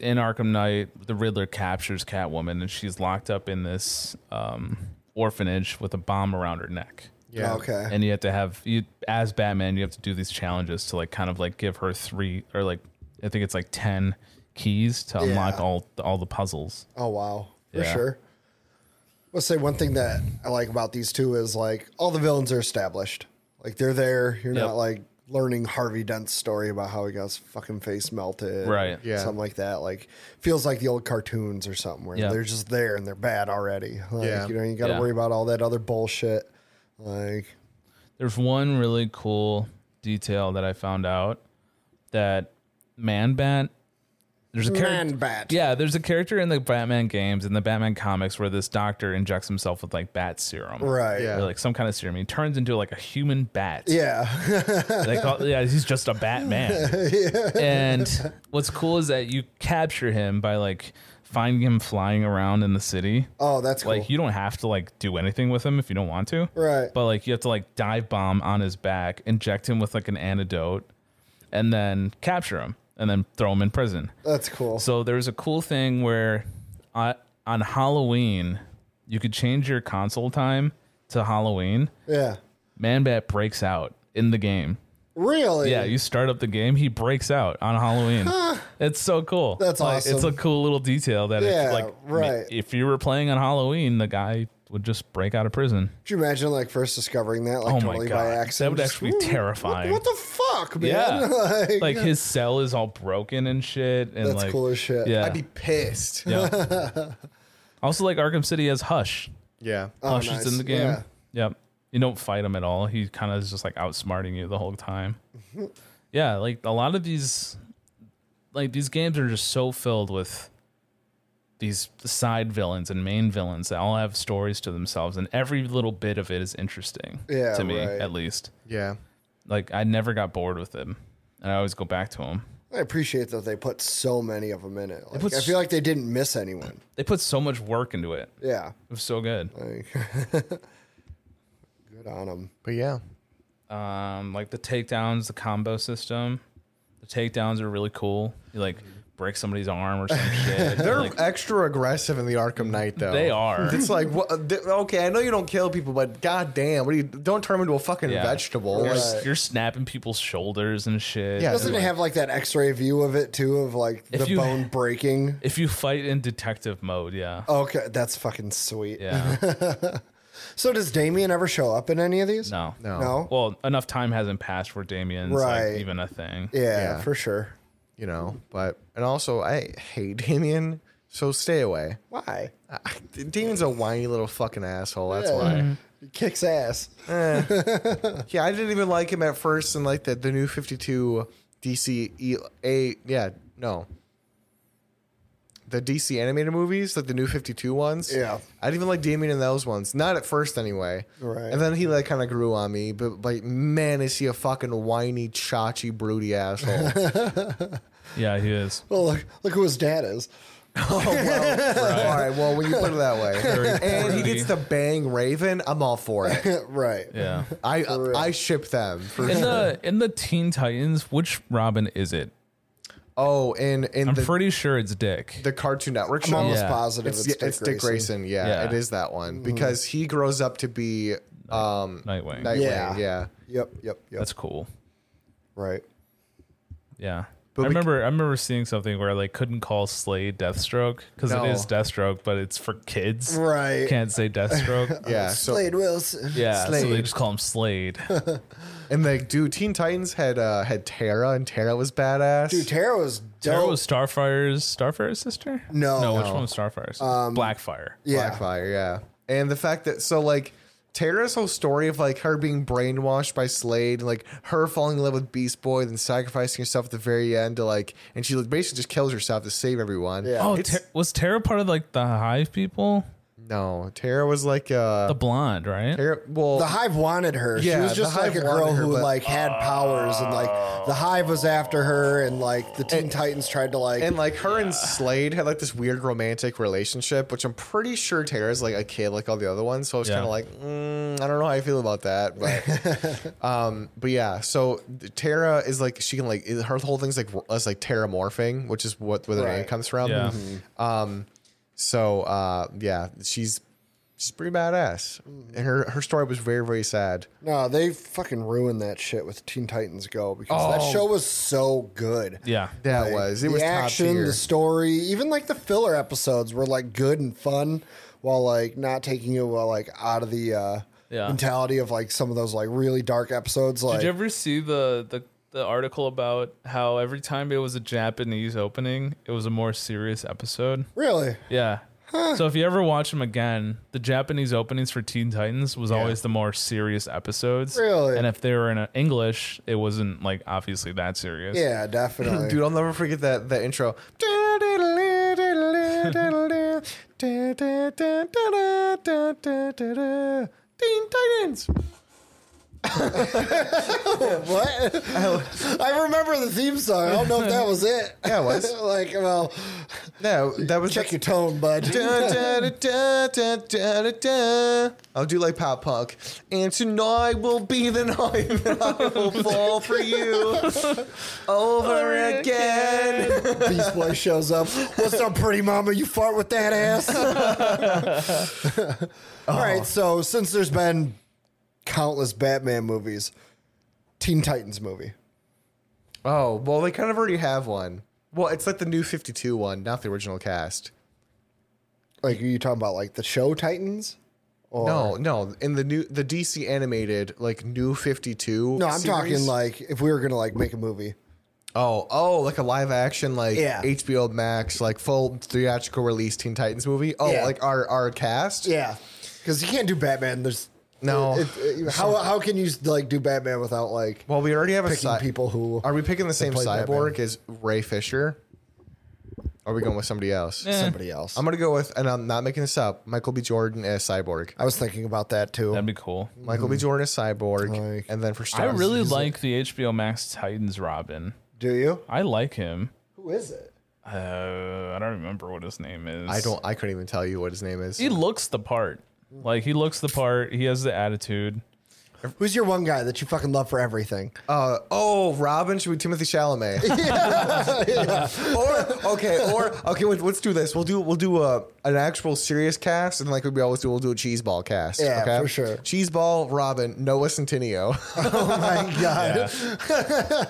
in Arkham Knight, the Riddler captures Catwoman and she's locked up in this um, orphanage with a bomb around her neck. Yeah. Okay. and you have to have you as Batman, you have to do these challenges to like kind of like give her three or like I think it's like ten keys to unlock Yeah. all all the puzzles. Oh wow, for Yeah. sure. Let's say one thing that I like about these two is like all the villains are established. Like they're there. You're Yep. not like learning Harvey Dent's story about how he got his fucking face melted, Right. Yeah, Yeah. something like that. Like feels like the old cartoons or something where Yeah. they're just there and they're bad already. Like, Yeah. you know, you got to Yeah. worry about all that other bullshit. Like There's one really cool detail that I found out that Man Bat. There's a character. Man Bat. Yeah, there's a character in the Batman games in the Batman comics where this doctor injects himself with like bat serum. Right. Yeah. Or like some kind of serum. He turns into like a human bat. Yeah. <laughs> They call, yeah, he's just a Batman. And what's cool is that you capture him by like finding him flying around in the city. Oh, that's cool. Like you don't have to like do anything with him if you don't want to. Right. But like you have to like dive bomb on his back, inject him with like an antidote, and then capture him and then throw him in prison. that's cool. So there was a cool thing where uh, on Halloween you could change your console time to Halloween. yeah. Man Bat breaks out in the game. Really? Yeah, you start up the game, he breaks out on Halloween. it's so cool. That's Like, It's a awesome. cool little detail that Yeah, it's like ma- right. if you were playing on Halloween, the guy would just break out of prison. Could you imagine like first discovering that like Oh my totally God. by That accident? would Just, actually be "Ooh, what- terrifying." What, the fuck, man? Yeah. <laughs> like, Like his cell is all broken and shit and that's like cool as shit. Yeah. I'd be pissed. Yeah. yeah. <laughs> also like Arkham City has Hush. Oh, Hush nice. is in the game. Yeah. Yep. You don't fight him at all. He kind of is just like outsmarting you the whole <laughs> time. yeah, like a lot of these like these games are just so filled with these side villains and main villains that all have stories to themselves and every little bit of it is interesting Yeah, to me right. at least. Yeah. Like I never got bored with him and I always go back to him. I appreciate that they put so many of them in it. Like, put I feel like they didn't miss anyone. They put so much work into it. It Yeah. was so good. Like, good on them. But yeah. um, like the takedowns, the combo system. The takedowns are really cool. You like break somebody's arm or some shit. They're Like, extra aggressive in the Arkham Knight, though. they are. It's like, what, th- okay, I know you don't kill people, but goddamn, what do you? Don't turn them into a fucking Yeah. vegetable. You're, Like, Right. you're snapping people's shoulders and shit. Yeah, Doesn't it have like that X-ray view of it too, of like the If you- bone breaking? if you fight in detective mode, yeah, Okay, that's fucking sweet. yeah, So does Damien ever show up in any of these? no, No. No. Well, enough time hasn't passed where Damien's Right. like even a thing. yeah, Yeah. for sure. you know, but and also I hate <laughs> Damien, so stay away. Why? I, Damien's a whiny little fucking asshole. That's Yeah. <laughs> why. He kicks ass. Yeah, I didn't even like him at first, and like the the new Fifty Two DC E- A. Yeah, no. The DC animated movies, like the new 52 ones. Yeah. I didn't even like Damien in those ones. Not at first, anyway. Right. And then he, like, kind of grew on me. But, like, man, is he a fucking whiny, chachi, broody asshole. Yeah, he is. Well, look, look who his dad <laughs> is. Oh, All right, well, when you put it that way. <laughs> Very and he poorly. gets to bang Raven, I'm all for it. <laughs> <laughs> right. Yeah. I I ship them. For, In the in the Teen Titans, which Robin is it? oh, and in I'm the, pretty sure it's Dick. the Cartoon Network I'm show. almost Yeah. positive It's, yeah, it's Dick Grayson. Yeah, Yeah. it is that one because he grows up to be um, Nightwing. Nightwing. Yeah. Yeah. Yep, yep, yep. That's cool. right. Yeah. But I we- remember I remember seeing something where I like couldn't call Slade Deathstroke because No. it is Deathstroke, but it's for kids. Right. Can't say <laughs> Deathstroke. yeah. So Slade Wilson. yeah. So they Slade. just call <laughs> him Slade. and like, dude, Teen Titans had uh, had Tara, and Tara was badass. Dude, Tara was dope. Tara was Starfire's Starfire's sister? No. No, which one was Starfire's? sister? Blackfire. yeah. Blackfire, Um, yeah. And the fact that so like Tara's whole story of like her being brainwashed by Slade, and, like her falling in love with Beast Boy, then sacrificing herself at the very end to like, and she like, basically just kills herself to save everyone. Yeah. Oh, It's- Ter- was Tara part of like the Hive people? No, Tara was like uh, The blonde, right? Tara, well, The Hive wanted her. she Yeah, was just the like a Hive girl wanted her, who but- like had powers and like the Hive was after her and like the Teen Titans tried to like and like her and Slade had like this weird romantic relationship, which I'm pretty sure Tara's like a kid like all the other ones. So I was Yeah. kind of like, mm, I don't know how I feel about that, but um, but yeah. So Tara is like she can like her whole thing's like us like Tara morphing, which is Mm-hmm. what where the name Right. comes from. Yeah. So uh, yeah, she's She's pretty badass, Mm-hmm. and her her story was very very sad. No, they fucking ruined that shit with Teen Titans Go because Oh. that show was so good. Yeah. That was it the was top action, tier. the story, even like the filler episodes were like good and fun, while like not taking you well, like out of the uh, Yeah. mentality of like some of those like really dark episodes. Like Did you ever see the, the the article about how every time it was a Japanese opening, it was a more serious episode? really, Yeah. So if you ever watch them again, the Japanese openings for Teen Titans was always the more serious episodes. Really? And if they were in uh, English, it wasn't like obviously that serious. <laughs> yeah, definitely. Dude, I'll never forget that that intro. Teen Titans. what? <laughs> I remember the theme song. I don't know if that was it. Yeah, it was. <laughs> like, well, No, that was check your tone, bud. Da, da, da, da, da, da, da. I'll do like pop punk. And tonight will be the night <laughs> that I will fall for you over again. Beast <laughs> Boy shows up. What's up, pretty mama? You fart with that ass? <laughs> All right. So since there's been countless Batman movies, Teen Titans movie. Oh, well, they kind of already have one. Well, it's like the new 52 one, not the original cast. Like, are you talking about like the show Titans? Or, No, no, in the new the DC animated like new 52. No, I'm series. talking like if we were gonna like make a movie. Oh, oh, like a live action like Yeah. HBO Max like full theatrical release Teen Titans movie. Oh, Yeah. like our our cast? Yeah, because you can't do Batman. There's No. It, it- how how can you like do Batman without like Well, we already have a picking side. people who Are we picking the same play cyborg Batman. as Ray Fisher? Or are we going with somebody else? Eh. somebody else? I'm gonna go with, and I'm not making this up. Michael B. Jordan as cyborg. I was thinking about that too. Mm. That'd be cool. Michael B. Jordan as cyborg, Like- and then for I stars, really like the HBO Max Titans Robin. do you? I like him. Who is it? Uh, I don't remember what his name is. I don't. I couldn't even tell you what his name is. He looks the part. Like he looks the part. He has the attitude. Who's your one guy that you fucking love for everything? Uh, oh, Robin should be Timothy <laughs> Chalamet. <laughs> or okay, or okay. Wait, let's do this. We'll do we'll do a an actual serious cast, and like we always do, we'll do a cheese ball cast. Yeah, okay? for sure. Cheese ball, Robin, Noah Centineo. <laughs> oh my god!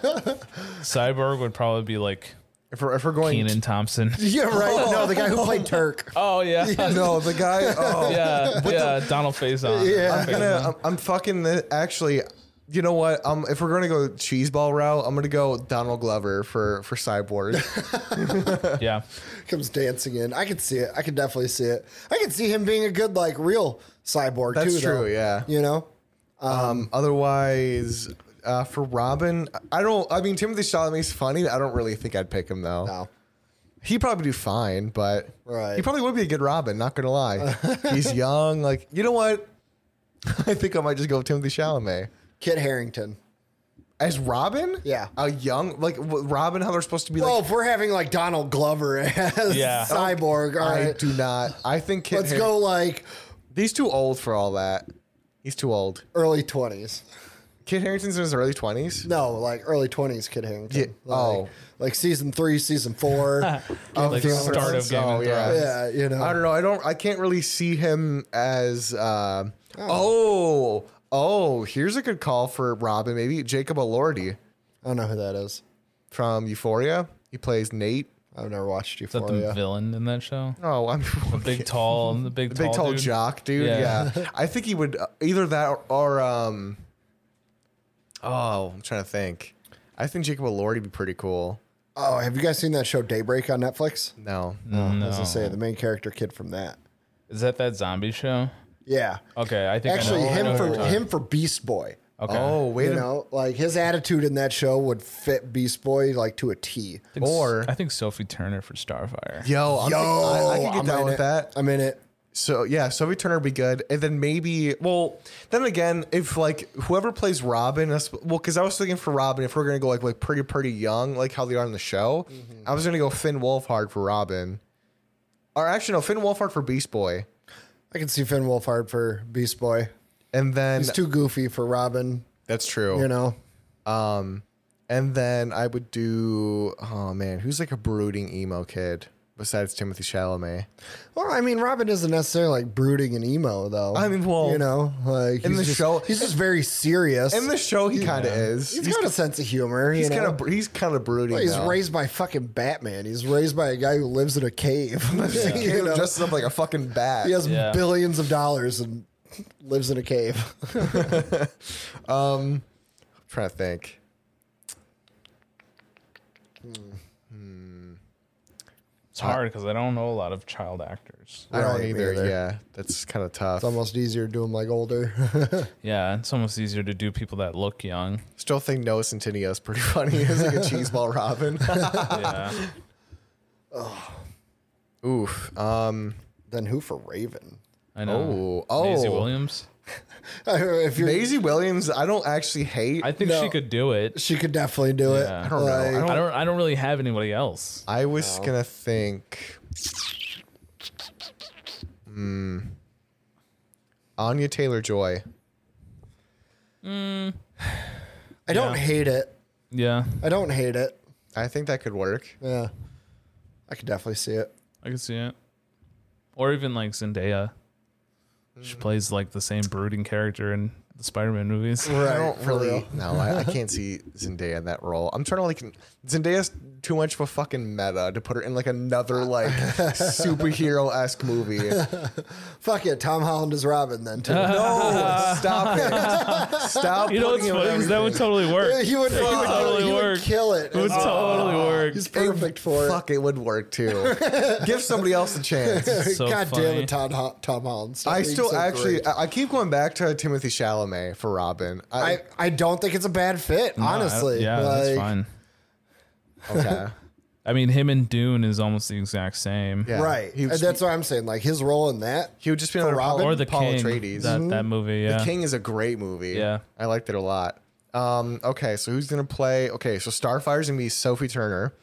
Cyborg would probably be like if, we're, if we're going Keenan Thompson. Yeah, right. No, the guy who played Turk. Oh yeah. yeah. <laughs> No, the guy. <laughs> Oh, Yeah, Donald Faison. Yeah. I'm gonna. I'm, I'm fucking. The, actually, you know what? Um, if we're gonna go cheese ball route, I'm gonna go Donald Glover for for cyborg. Yeah. Comes dancing in. I could see it. I could definitely see it. I could see him being a good like real cyborg That's too. though. true, yeah. You know. um, otherwise, uh, for Robin, I don't. I mean, Timothy Chalamet's funny. I don't really think I'd pick him though. No. He'd probably do fine, but Right. he probably would be a good Robin. Not gonna <laughs> lie, he's young. Like you know what? <laughs> I think I might just go with Timothy Chalamet. Kit Harrington. As Robin, Yeah. a young like w- Robin, how they're supposed to be Well, like if we're having like Donald Glover <laughs> as Yeah. cyborg, all I right. do not. I think Kit Let's Har- go like He's too old for all that. He's too old. early twenties. Kid Harrington's in his early twenties. No, like early twenties, Kid Harrington. Yeah, Like, oh. like season three, <laughs> season four. Like start of Game Oh of yeah. Thrones. yeah, you know. I don't know. I don't. I can't really see him as. Uh, oh. oh, Here's a good call for Robin. Maybe Jacob Elordi I don't know who that is. from Euphoria. He plays Nate. I've never watched Is that the Euphoria. villain in that show? Oh, <laughs> I'm Big tall, the big tall, big tall dude. jock dude. Yeah. Yeah. I think he would uh, either that or, or um. Oh, I'm trying to think. I think Jacob Elordi would be pretty cool. Oh, have you guys seen that show Daybreak on Netflix? No. I was gonna say the main character kid from that. Is that that zombie show? Yeah, Okay, I think I actually, know- I know him who for you're talking- him for Beast Boy. Okay. Oh, wait you a know, like his attitude in that show would fit Beast Boy like to a T. I think S- or- I think Sophie Turner for Starfire. Yo, I'm Yo, Oh, I, I can get I'm down in with it. that. I'm in it. So yeah, Sophie Turner would be good, and then maybe well, then again, if like whoever plays Robin, that's- well, because I was thinking for Robin, if we're gonna go like like pretty pretty young, like how they are in the show, Mm-hmm. I was gonna go Finn Wolfhard for Robin, or actually no, Finn Wolfhard for Beast Boy, I can see Finn Wolfhard for Beast Boy. and then He's too goofy for Robin. that's true, You know, oh, and then I would do oh man, who's like a brooding emo kid besides Timothy Chalamet. Well, I mean, Robin isn't necessarily like brooding and emo though. I mean, well, you know, like in he's the just- show- he's just very serious. In the show, he kind of is. he's got a sense of humor. He's you know? kind of he's kind of brooding. Well, he's now. raised by fucking Batman. He's raised by a guy who lives in a cave. <laughs> <laughs> You He know? dresses up like a fucking bat. he has Yeah. billions of dollars and lives in a cave. trying to think. It's hard because I don't know a lot of child actors. I don't <laughs> Right, me either. either. Yeah, that's kind of tough. It's almost easier to do him like older. <laughs> Yeah, it's almost easier to do people that look young. Still think Noah Centineo is pretty <laughs> funny. He's like a cheeseball Robin. <laughs> Yeah. Oof. Um. then who for Raven? I know. Oh, Maisie oh. Williams. <laughs> if you're, Maisie Williams, I don't actually hate. I think No. she could do it. she could definitely do it. Yeah. I don't know. I Like- I don't. I don't really have anybody else. I was gonna think. Hmm. Anya Taylor Joy. I don't hate it. Yeah, I don't hate it. I think that could work. Yeah, I could definitely see it. I could see it. Or even like Zendaya. She plays like the same brooding character in the Spider-Man movies. I don't for really. real. <laughs> No, I, I can't see <laughs> Zendaya in that role. I'm trying to like Zendaya's too much of a fucking meta to put her in like another like <laughs> superhero esque movie. Fuck it. Tom Holland is Robin <laughs> then too. No, stop it. Stop. You know what's putting him in funny? 'Cause That would everything. totally work. he would, he would, totally he work. would kill it. It would totally work. He's perfect for it. Fuck, it would work <laughs> too. Give somebody else a <laughs> chance. So God damn funny. it, Tom, Ho- Tom Holland. <laughs> Stop I being still so actually, great. I, I keep going back to Timothy Chalamet for Robin. I, I, I don't think it's a bad fit, No, I- honestly. yeah, Like, that's fine. okay, I mean, him and Dune is almost the exact same. yeah, Right. He would, And just, that's what I'm saying. Like his role in that. he would just be on Robin? Or the Paul King. Atreides. That that movie. Yeah. The King is a great movie. Yeah. I liked it a lot. Um, okay, so who's gonna play? Okay, so Starfire's gonna be Sophie Turner.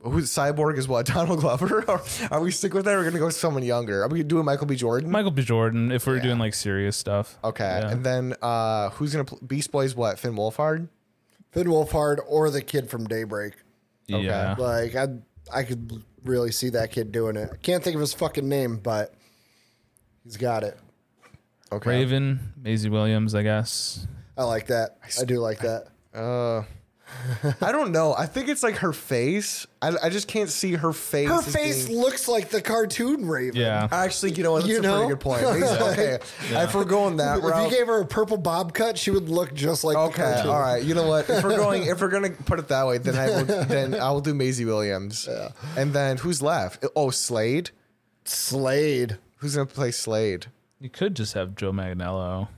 Who's Cyborg is what? <laughs> Donald Glover? Are- Are we stick with that? Or we're gonna go with someone younger. Are we doing Michael B. Jordan? Michael B. Jordan. If we are doing like serious stuff. okay, Yeah. and then uh, who's gonna pl- Beast Boy's what? Finn Wolfhard. Finn Wolfhard or the kid from Daybreak. Yeah. Like I I could really see that kid doing it. I can't think of his fucking name, but he's got it. Okay. Raven, Maisie Williams, I guess. I like that. I do like that. I don't know. I think it's like her face. I, I just can't see her face. Her as face being- looks like the cartoon Raven. Yeah. Actually, you know what? That's You a know? pretty good <laughs> point. Okay, if we're going that If route, you gave her a purple bob cut, she would look just like the Okay, cartoon. all right. You know what? If we're going, if we're gonna <laughs> put it that way, then I will, then I will do Maisie Williams. And then who's left? Oh, Slade. Slade. Who's gonna play Slade? You could just have Joe Manganiello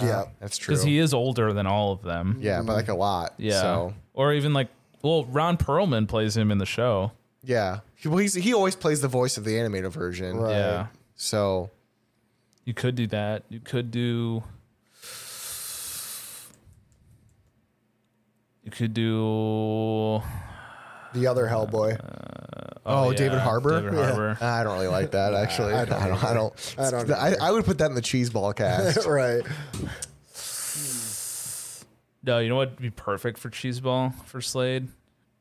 Yeah. Uh, That's true. because he is older than all of them. yeah, but like a lot. Yeah. So Or even like, well, Ron Perlman plays him in the show. yeah, he, well, he's, he always plays the voice of the animated version. Right. Yeah. So You could do that. You could do. You could do. Oh, The other Hellboy. oh, yeah, David Harbour. David Harbour. I don't really like <laughs> that actually. I don't. I don't. I, don't, I don't I, would put that in the cheese ball <laughs> cast. right. No, you know what would be perfect for Cheeseball for Slade?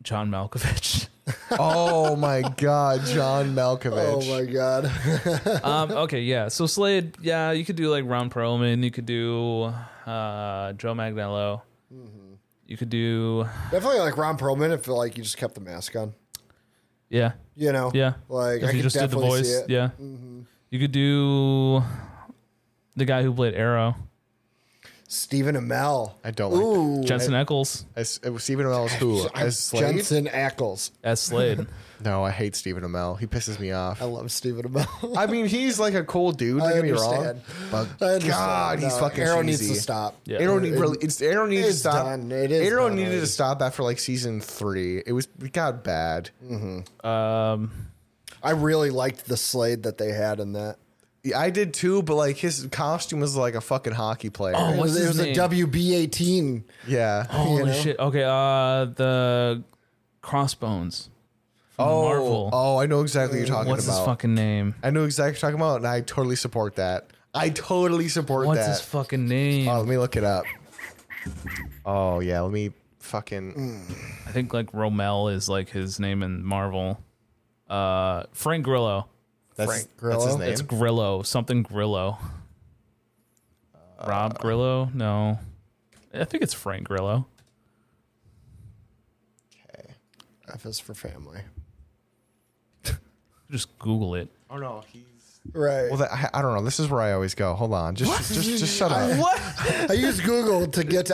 John <laughs> Malkovich. oh my God, John Malkovich. Oh my god. <laughs> um, okay, yeah. So Slade, yeah, you could do like Ron Perlman. You could do uh, Joe Magnello. Mm-hmm. You could do, Definitely like Ron Perlman if like you just kept the mask on. yeah, You know? yeah. Like if I you could just did the definitely see voice, it. Mm-hmm. yeah. You could do the guy who played Arrow, Stephen Amell. I don't like that. Jensen Ackles As, it was Stephen Amell's who? As Slade? Jensen Ackles. as <laughs> Slade. No, I hate Stephen Amell. He pisses me off. I love Stephen Amell. <laughs> I mean, he's like a cool dude. Don't I get me wrong. understand. But I understand. God, he's No, fucking Arrow cheesy. needs to stop. Yeah. Arrow need, really, it's Arrow needs to it's stop. done. It is Arrow done needed already. to stop after like season three. It was it got bad. Mm. um, I really liked the Slade that they had in that. Yeah, I did too, but like his costume was like a fucking hockey player. It Oh, what's was, his it was name? a WB eighteen. Yeah. <laughs> holy know? shit. Okay, uh, the Crossbones. From Oh, Marvel. oh, I know exactly what you're talking What's about. his fucking name? I know exactly what you're talking about, and I totally support that. I totally support What's that. his fucking name? Oh, let me look it up. Oh yeah, let me fucking. I think like Romel is like his name in Marvel. Uh, uh, Frank Grillo. That's, Frank that's his Grillo? name. It's Grillo, something Grillo. Uh, Rob Grillo? No. I think it's Frank Grillo. F is for family. Just Google it. oh no, he's. Right. Well, that, I, I don't know. This is where I always go. Hold on, just just just shut up. I use Google to get to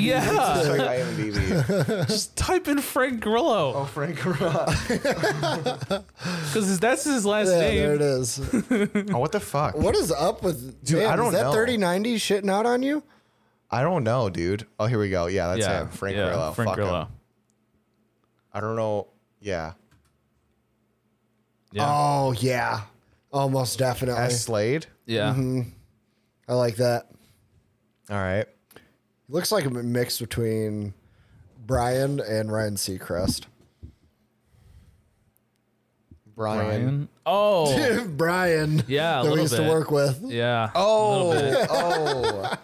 <laughs> Yeah. Like IMDb. Just type in Frank Grillo. oh, Frank <laughs> Grillo. Because that's his last Yeah, name. there it is. Oh, what the fuck? What is up with Dude, I don't is that know. 3090 shitting out on you? I don't know, dude. Oh, here we go. Yeah, that's him. Frank yeah, Grillo. Frank Fuck him. Grillo. I don't know. Yeah. Yeah. Oh yeah. Almost definitely. S. Slade. Yeah. Mm-hmm. I like that. All right. Looks like a mix between Brian and Ryan Seacrest. Brian. Brian. Oh. <laughs> Brian. Yeah, a That we little used bit. to work with. Yeah. Oh, A <laughs> little bit. oh,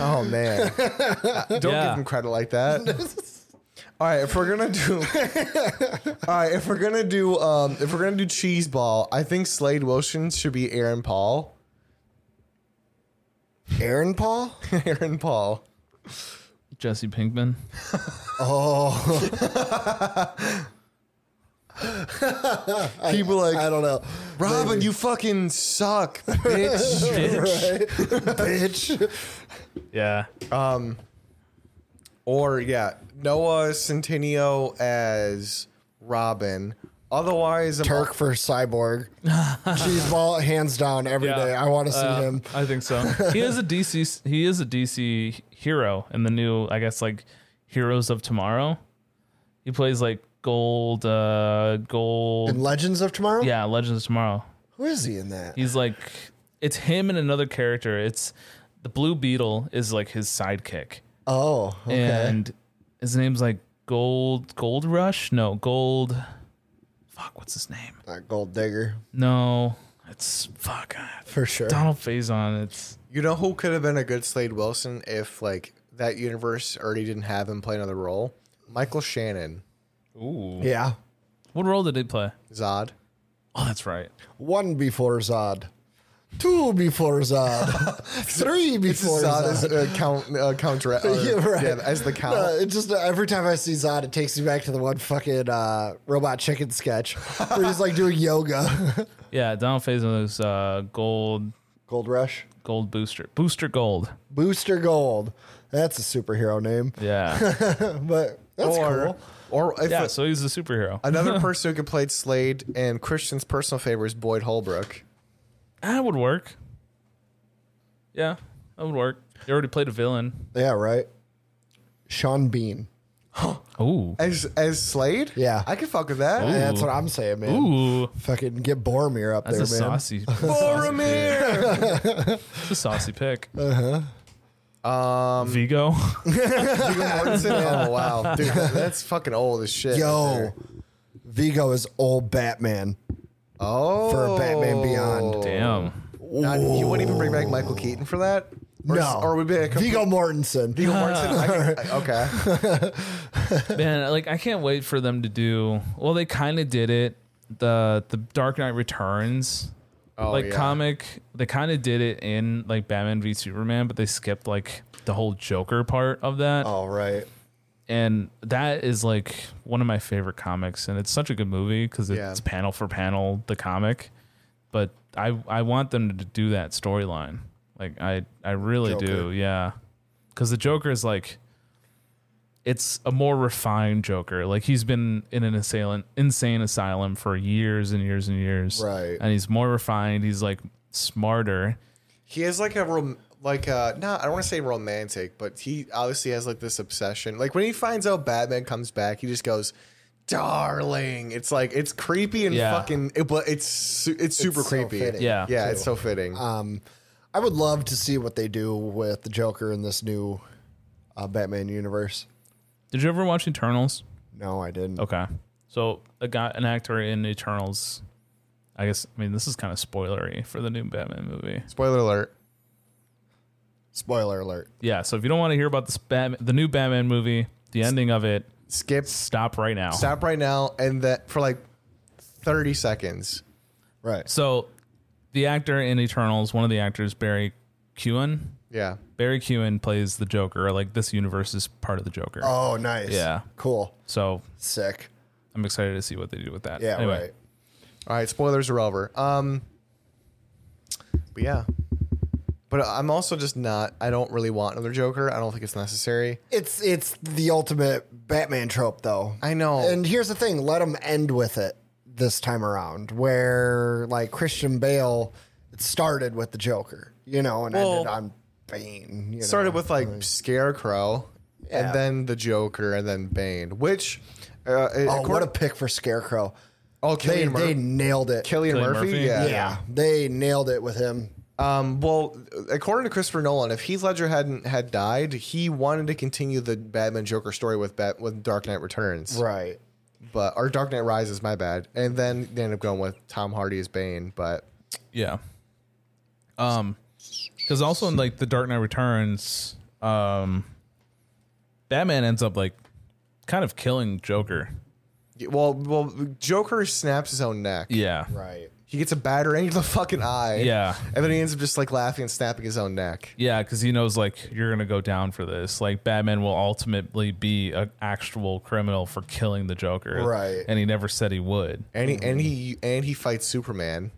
oh, <laughs> man! Don't Yeah. give him credit like that. <laughs> All right, if we're gonna <laughs> do, all right, if we're gonna do, um, if we're gonna do cheese ball, I think Slade Wilson should be Aaron Paul. <laughs> <laughs> Aaron Paul? Aaron Paul. Jesse Pinkman. People like I don't know. Robin, you fucking suck, bitch. Bitch. <laughs> Yeah. <laughs> or yeah, Noah Centineo as Robin. Otherwise, I'm Turk for <laughs> Cyborg. Cheese ball, hands down, every day. Yeah. I want to see Uh, him. I think so. He is a DC. He is a DC hero in the new, I guess, like Heroes of Tomorrow. He plays like Gold, uh Gold. In Legends of Tomorrow? yeah, Legends of Tomorrow. Who is he in that? He's like, it's him and another character. It's the Blue Beetle is like his sidekick, Oh, okay. and his name's like Gold Gold Rush. No, Gold. Fuck, what's his name? Not Gold Digger, No, it's fuck. uh, for sure. Donald Faison. It's You know who could have been a good Slade Wilson if like that universe already didn't have him play another role? Michael Shannon, ooh. Yeah. What role did he play? Zod. Oh, that's right. One before Zod. Two <laughs> before Zod. Three before Zod Zod. as uh, count uh, count <laughs> or, Yeah, right. yeah, as the count. Uh, it just uh, every time I see Zod, it takes me back to the one fucking uh, robot chicken sketch where he's like doing yoga. <laughs> Yeah, Donald Faison is uh, gold, Gold Rush, gold booster, booster gold. Booster Gold. That's a superhero name, Yeah, but that's or cool. or if yeah. So he's a superhero. another person who could play Slade and Christian's personal favorite is Boyd Holbrook. That would work. Yeah, that would work. He already played a villain. Yeah, right. Sean Bean. Ooh, As as Slade? Yeah. I could fuck with that. Yeah, that's what I'm saying, man. ooh. Fucking get Boromir up That's a there, man. saucy, that's <laughs> Boromir! a saucy pick. Uh huh. Um, <laughs> Vigo. Viggo Mortensen? Oh wow. Dude, that- that's fucking old as shit. Yo, Vigo is old Batman. Oh for Batman Beyond. Damn. Not, you wouldn't even bring back Michael Keaton for that? Or, no, Or would be <laughs> like a Vigo Mortensen. Viggo Mortensen? <laughs> I can- okay. Man, like I can't wait for them to do. Well, they kind of did it. The the Dark Knight Returns, Oh, like yeah. comic, they kind of did it in like Batman v Superman, but they skipped like the whole Joker part of that, All right. and that is like one of my favorite comics, and it's such a good movie because Yeah. it's panel for panel the comic. But I I want them to do that storyline. Like I I really do, Joker. yeah. Because the Joker is like it's a more refined Joker. Like he's been in an assailant, insane asylum for years and years and years. Right. And he's more refined. He's like smarter. He has like a rom- like uh no, I don't want to say romantic, but he obviously has like this obsession. Like when he finds out Batman comes back, he just goes, "Darling." It's like it's creepy and Yeah. fucking it, but it's su- it's super so creepy. fitting, Um, Yeah. Yeah, it's so fitting. I would love to see what they do with the Joker in this new uh, Batman universe. Did you ever watch Eternals? No, I didn't. Okay. So a guy, an actor in Eternals. I guess. I mean, this is kind of spoilery for the new Batman movie. Spoiler alert. Spoiler alert. Yeah. So if you don't want to hear about this Batman, the new Batman movie, the ending of it, Skip stop right now. stop right now and that for like 30 seconds. Right. So, the actor in Eternals, one of the actors, Barry Keoghan. Yeah. Barry Keoghan plays the Joker. Like this universe is part of the Joker. Oh, nice. Yeah. Cool. So Sick. I'm excited to see what they do with that. Yeah. Anyway, Right. All right, spoilers are over. Um, but yeah, but I'm also just not. I don't really want another Joker. I don't think it's necessary. It's it's the ultimate Batman trope, though. I know. And here's the thing: let them end with it this time around, where like Christian Bale, it started with the Joker, you know, and Well, ended on Bane. you know. started with like Scarecrow, Yeah. and then the Joker, and then Bane. Which, uh, oh, what a according- pick for Scarecrow! oh, They Killian, Mur- they nailed it. Cillian Cillian Murphy. Murphy? Yeah. yeah. they nailed it with him. Um, well, according to Christopher Nolan, if Heath Ledger hadn't had died, he wanted to continue the Batman Joker story with Bat- with Dark Knight Returns. Right. but or Dark Knight Rises, my bad. And then they end up going with Tom Hardy as Bane, but yeah. Um, because also in like the Dark Knight Returns, um, Batman ends up like kind of killing Joker. well, well, Joker snaps his own neck. Yeah. Right. He gets a batter into the fucking eye. Yeah. and then he ends up just like laughing and snapping his own neck. Yeah, because he knows like you're gonna go down for this. Like Batman will ultimately be an actual criminal for killing the Joker, Right. And he never said he would. And he and he and he fights Superman.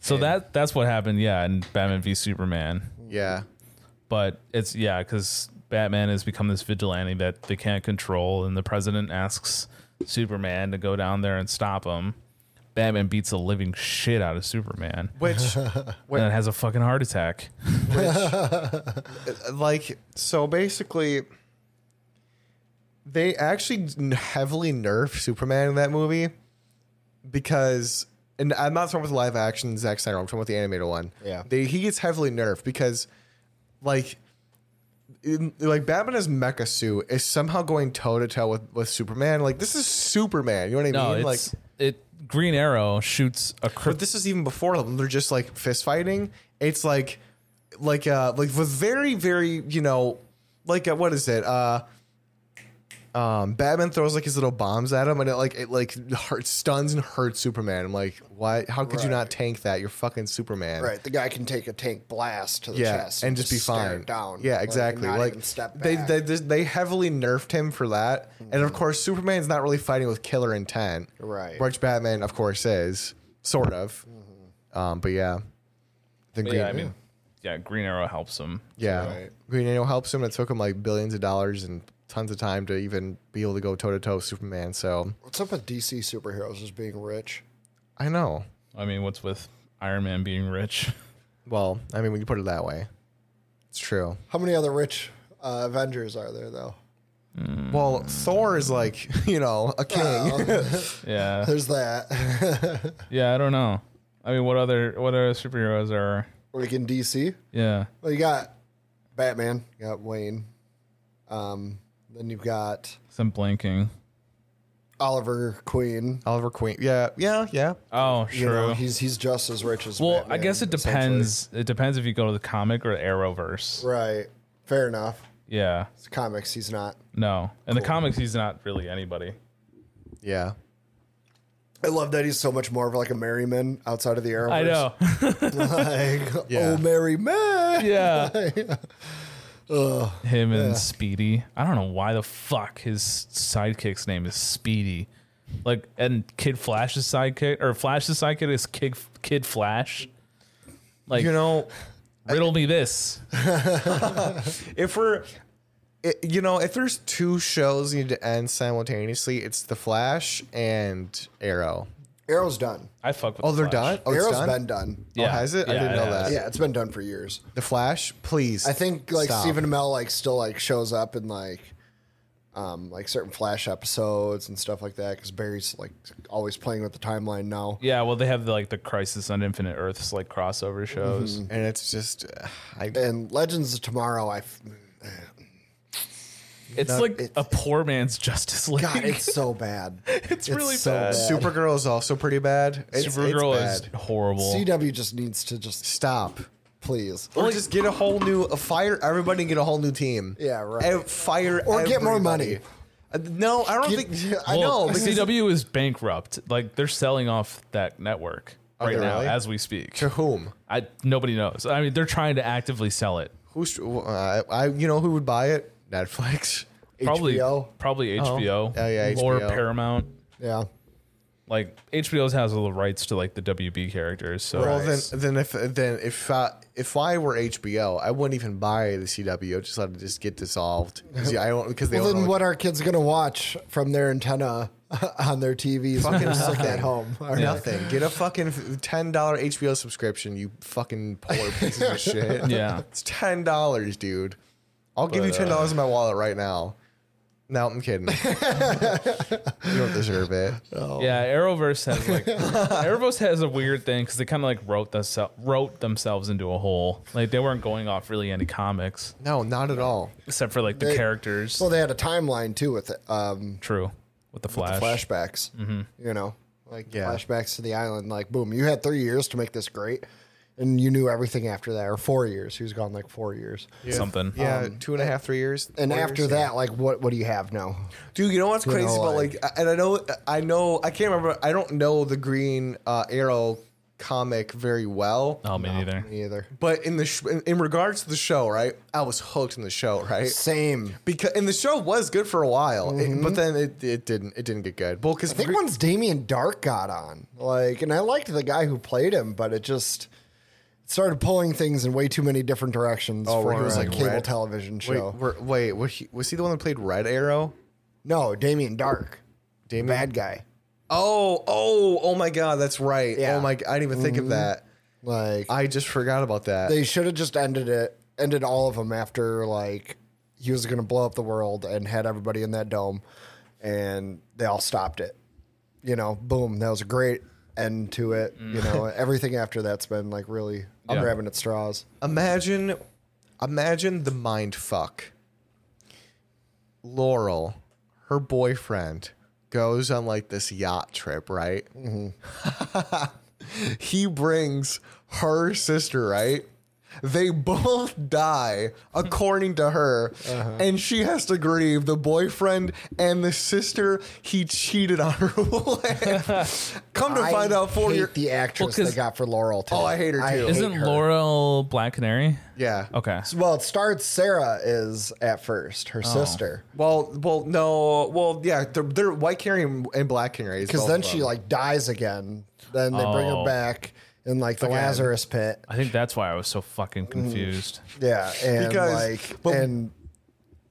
So that that's what happened. Yeah, in Batman v Superman. Yeah, But it's yeah, because Batman has become this vigilante that they can't control, and the president asks Superman to go down there and stop him. Batman beats the living shit out of Superman, <laughs> which and then has a fucking heart attack. <laughs> like so basically. They actually heavily nerfed Superman in that movie because, and I'm not talking about the live action Zack Snyder. I'm talking about the animated one. Yeah. they, he gets heavily nerfed because, like, in, like Batman's mecha suit is somehow going toe to toe with with Superman. Like this is Superman. You know what I No, mean? Like, it's it. Green Arrow shoots a but crypt- this is even before them. They're just like fist fighting. It's like, like, uh, like with very, very, you know, like uh, what is it? Uh, um, Batman throws like his little bombs at him, and it like it like hurt, stuns and hurts Superman. I'm like, why? How could you not tank that? You're fucking Superman. Right. The guy can take a tank blast to the yeah, chest and, just be stare it fine. Down. Yeah, and exactly. not Like, even step they back. Mm-hmm. they they heavily nerfed him for that, and of course Superman's not really fighting with killer intent, Right. Which Batman, of course, is sort of. Mm-hmm. Um, but yeah, the But Green yeah, I mean, yeah, Green Arrow helps him. yeah, Right. Green Arrow helps him. It took him like billions of dollars and tons of time to even be able to go toe to toe with Superman. So What's up with DC superheroes just being rich? I know. I mean, what's with Iron Man being rich? <laughs> Well, I mean, when you put it that way, it's true. How many other rich uh, Avengers are <laughs> there though? Well, Thor is like <laughs> you know a king. Oh. Yeah, There's that. <laughs> <laughs> yeah. I don't know. I mean, what other what other superheroes are? like in DC, Yeah, well, you got Batman, you got Wayne, um, then you've got some blinking. Oliver Queen. Oliver Queen. Yeah, yeah, yeah. Oh, You know, sure. he's he's just as rich as. well, I Batman, guess it depends. It depends if you go to the comic or the Arrowverse. essentially. Right. Fair enough. Yeah. It's comics. He's not. No. In the comics, he's not really anybody. Yeah. I love that he's so much more of like a merryman outside of the Arrowverse. I know. like, <laughs> Yeah. oh, merry <laughs> man. yeah. Him and Speedy. I don't know why the fuck his sidekick's name is Speedy. Like, and Kid Flash's sidekick or Flash's sidekick is Kid Kid Flash. Like, You know, riddle me this. if we're i you know if there's two shows need to end simultaneously it's the flash and arrow Arrow's done. I fuck with. oh the they're Flash. done oh it's Arrow's done been done. oh has it i Yeah, didn't know has. that Yeah, it's been done for years. the flash please I think like Stop. Stephen Amell like still like shows up in like um like certain Flash episodes and stuff like that because Barry's like always playing with the timeline now. Yeah, well, they have like the Crisis on Infinite Earths like crossover shows. and it's just uh, i And Legends of Tomorrow, I f- It's No, like it's- a poor man's Justice <laughs> League. <laughs> God, it's so bad. It's really so bad. supergirl is also pretty bad it's, it's Supergirl is bad. horrible. <laughs> CW just needs to just stop please or just get a whole new uh, fire everybody and get a whole new team Yeah, right. Ev- fire or get more everybody. money. Uh, No, I don't <laughs> think. I know. Well, because- CW is bankrupt. Like they're selling off that network Are right they now really? as we speak. To whom? I nobody knows. I mean, they're trying to actively sell it. Who's? Uh, I. You know who would buy it? Netflix. Probably HBO. probably HBO. Oh, yeah, or HBO. Paramount. Yeah. Like HBO's has all the rights to like the WB characters. So Well, then, then if then if uh, if I were HBO, I wouldn't even buy the CW. Just let it just get dissolved. 'Cause, yeah, I don't because they Well, own then all- what are kids going to watch from their antenna <laughs> on their TVs when they're sick at home? <laughs> All right. nothing. Get a fucking ten dollar HBO subscription. You fucking poor pieces <laughs> of shit. Yeah. it's ten dollars, dude. I'll give uh, you ten dollars in my wallet right now. No, I'm <laughs> kidding. you don't deserve it. Oh. yeah, Arrowverse has like Arrowverse has a weird thing because they kind of like wrote the wrote themselves into a hole. Like they weren't going off really any comics No, not at all. except for like the They- characters. Well, they had a timeline too with um, True with the Flash. flashbacks. You know, like Mm-hmm. Yeah. flashbacks to the island. Like, boom, you had three years to make this great, and you knew everything after that, or four years. He was gone like four years, Something. Yeah, Um, two and a half, three years. and four after years, yeah. that, like, what what do you have now? Dude, you know what's crazy know, about like- like, and I know, I know, I can't remember. I don't know the Green uh, Arrow comic very well, Oh, me neither. Me either. but in the sh- in, in regards to the show, right? I was hooked in the show, right? Same. Because and the show was good for a while, it- but then it, it didn't it didn't get good. Well, because I think once Damien Dark got on, like, and I liked the guy who played him, but it just started pulling things in way too many different directions where for he a was, Oh, like, cable red? television wait, show. were- wait, was he, was he the one that played Red Arrow? no, Damien Dark, Damien- bad guy. Oh, oh, oh my God, that's right. Yeah. Oh my, g- I didn't even think of that. Like, I just forgot about that. they should have just ended it, ended all of them after like he was going to blow up the world and had everybody in that dome, and they all stopped it. You know, boom, that was a great end to it. You Mm. <laughs> know, everything after that's been like really, I'm Yeah. grabbing at straws. imagine imagine the mind fuck laurel her boyfriend goes on like this yacht trip right Mm-hmm. <laughs> he brings her sister right they both die according to her Uh-huh. and she has to grieve the boyfriend and the sister he cheated on her <laughs> with come to find out for hate your the actress Well, 'cause- they got for Laurel. Today. Oh, I hate her too. hate Isn't her. Laurel Black Canary? yeah Okay. So, Well, it starts. Sarah is at first her Oh. sister Well, well, no, well, yeah, they're, they're white canary and and black canary. because then she like dies again. Then they bring her Oh. back in like the Lazarus pit. I think that's why I was so fucking Mm. confused. Yeah, and Because- like but- and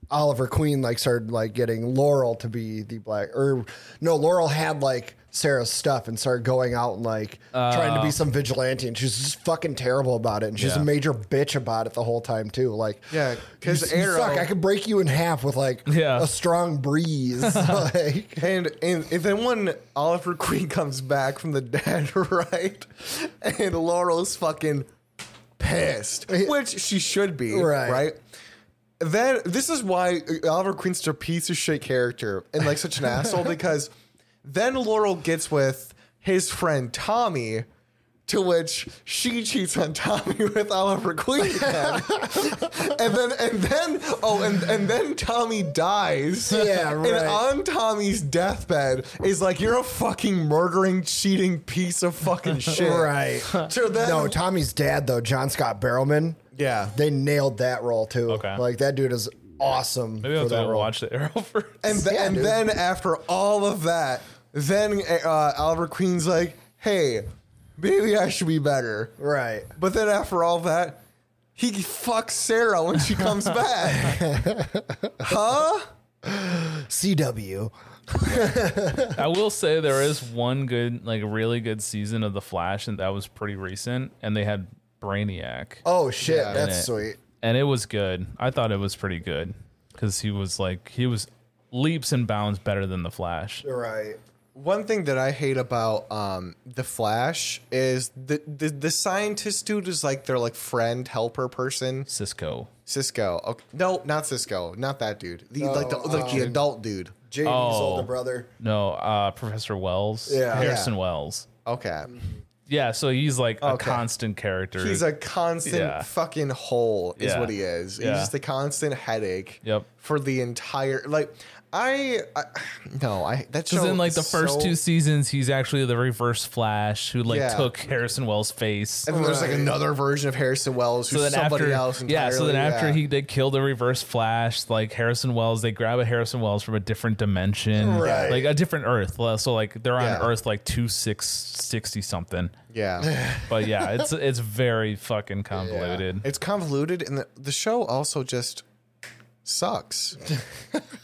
Oliver Queen like started like getting Laurel to be the black or no Laurel had like Sarah's stuff and started going out and like trying Oh. to be some vigilante and she's just fucking terrible about it and she's Yeah. a major bitch about it the whole time too like Yeah, 'cause you- you Arrow- suck, I could break you in half with like Yeah. a strong <laughs> breeze <laughs> like and and and then when Oliver <laughs> Queen comes back from the dead, <laughs> right? And Laurel's fucking pissed, which she should be, Right. right? Then this is why Oliver Queen's such a piece of shit character and like <laughs> such an asshole because then Laurel gets with his friend Tommy. To which she cheats on Tommy <laughs> with Oliver Queen, <laughs> again. and then and then oh and and then Tommy dies. Yeah, right. And on Tommy's deathbed is like, "You're a fucking murdering, cheating piece of fucking <laughs> shit." right <laughs> So then, no Tommy's dad though John Scott Barrowman yeah, they nailed that role too Okay. like that dude is awesome Maybe I'll for have that to role watch the Arrow <laughs> first. and th- Yeah, and dude. then after all of that, then uh, Oliver Queen's like, "Hey, maybe I should be better." right But then after all that, he fucks Sarah when she <laughs> comes back. CW. I will say there is one good, like really good season of The Flash, and that was pretty recent. And they had Brainiac, Oh shit, that's it. sweet. and it was good. I thought it was pretty good because he was like he was leaps and bounds better than The Flash. Right. One thing that I hate about um, the Flash is the, the the scientist dude is like their like friend helper person. Cisco. Cisco. Okay. No, not Cisco. Not that dude. The, like the, like the adult dude. JD's older older brother. No, uh, Professor Wells. Yeah. Harrison Wells. Okay. Yeah, so he's like a Okay. constant character. He's a constant Yeah. fucking hole, is Yeah. what he is. Yeah. He's just a constant headache Yep. for the entire. Like, I, I <sighs> no, I that show Because in like the is first so- two seasons, he's actually the reverse Flash who like Yeah. took Harrison Wells' face. And then there's like another version of Harrison Wells who's So then somebody after, else entirely. yeah. So then after yeah. he they kill the Reverse Flash, like Harrison Wells, they grab a Harrison Wells from a different dimension, Right. Like a different Earth. So like they're on Yeah. Earth like two six sixty something. <laughs> yeah, But <laughs> yeah, it's it's very fucking convoluted. it's convoluted, and the, the show also just <laughs> sucks.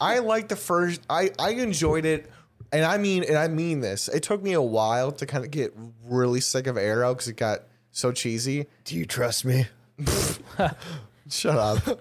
I like the first. I I enjoyed it, and I mean, and I mean this. It took me a while to kind of get really sick of Arrow because it got so cheesy. Do you trust me? Shut up.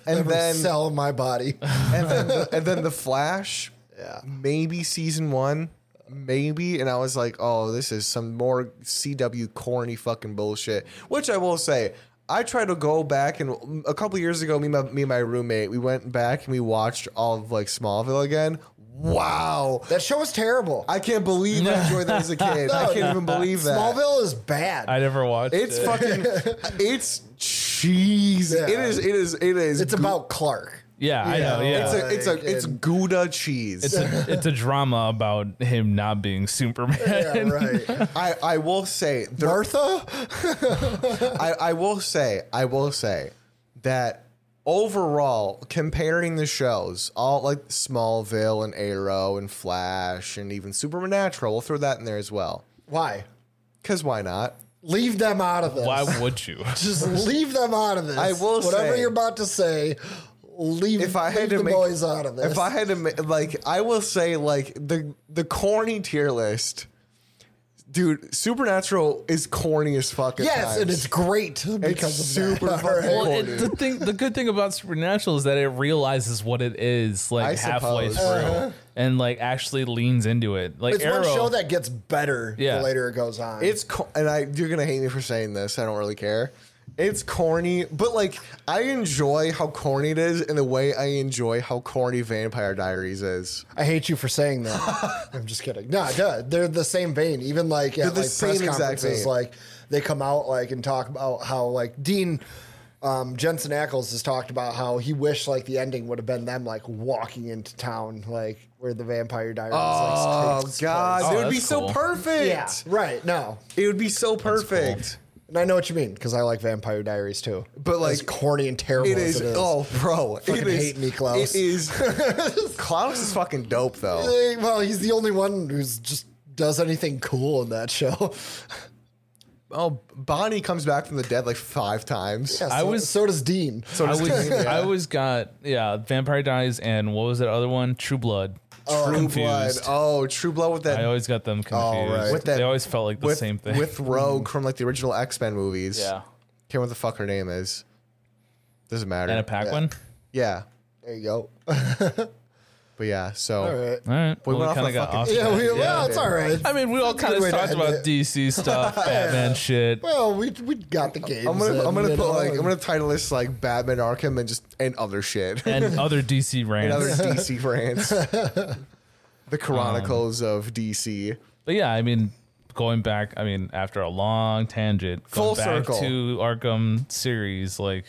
<laughs> and then sell my body. and then and then the Flash. Yeah. Maybe season one. Maybe. And I was like, oh, this is some more CW corny fucking bullshit. Which I will say, I tried to go back and a couple years ago, me and my, me and my roommate, we went back and we watched all of like Smallville again. Wow. <laughs> that show is terrible. I can't believe I enjoyed that as a kid. <laughs> I can't even believe that. Smallville is bad. I never watched. It's it. fucking it's cheese. Yeah. It is it is it is it's goo- about Clark. yeah, I know. Yeah, it's a it's a it's and- Gouda cheese. it's a, <laughs> it's a drama about him not being Superman. Yeah, right. I, I will say there, <laughs> Martha? I, I will say I will say that overall comparing the shows all like Smallville and Arrow and Flash and even Supernatural we'll throw that in there as well Why? because why not Leave them out of this. <laughs> Why would <laughs> you? Just leave them out of this. I will Whatever say- you're about to say, leave, if I leave had to the make boys out of this. if I had to make, like I will say like the the corny tier list dude Supernatural is corny as fuck at yes, and times. it's great because of super that. fucking <laughs> cool. <laughs> All right. Well, it, the thing, the good thing about Supernatural is that it realizes what it is like I halfway suppose. Uh-huh. through, and like actually leans into it. Like It's Arrow, one show that gets better Yeah. the later it goes on. It's co- and I you're gonna hate me for saying this. I don't really care. It's corny, but like I enjoy how corny it is, in the way I enjoy how corny Vampire Diaries is. I hate you for saying that. <laughs> I'm just kidding. No, duh, they're the same vein. Even like at the like same press exact conferences, vein. like they come out like and talk about how like Dean um, Jensen Ackles has talked about how he wished like the ending would have been them like walking into town like where the Vampire Diaries. Oh like, takes God, place. it would be that's so cool. perfect. Yeah, right. No, It would be so perfect. and I know what you mean because I like Vampire Diaries too. But, like, as corny and terrible It is, as it is. oh bro, it Fucking is. hate me, Klaus. It is. Klaus is fucking dope though. Eh, Well, he's the only one who's just does anything cool in that show. <laughs> Oh, Bonnie comes back from the dead like five times. Yeah, so, I was- so does Dean. I always, I always got yeah, Vampire Diaries and what was that other one? True Blood. True confused. Blood. Oh, True Blood with that I always got them confused. Oh, right. With that- they always felt like the with, same thing. with Rogue from like the original X Men movies. <laughs> yeah, Can't remember what the fuck her name is. Doesn't matter. Anna Paquin. yeah. There you go. <laughs> But yeah, so All right. All right, We went off kinda a got fucking- off. Yeah, we, well, Yeah. it's all right. I mean, we <laughs> all kind good way of to talked end about it. DC stuff, Batman shit. Well, we we got the game. I'm gonna I'm gonna put like I'm gonna title this like Batman Arkham and just and other shit. <laughs> And other DC and rants, other DC <laughs> rants. the Chronicles of DC. but yeah, I mean, going back, I mean, after a long tangent, Full going back circle. to Arkham series, like,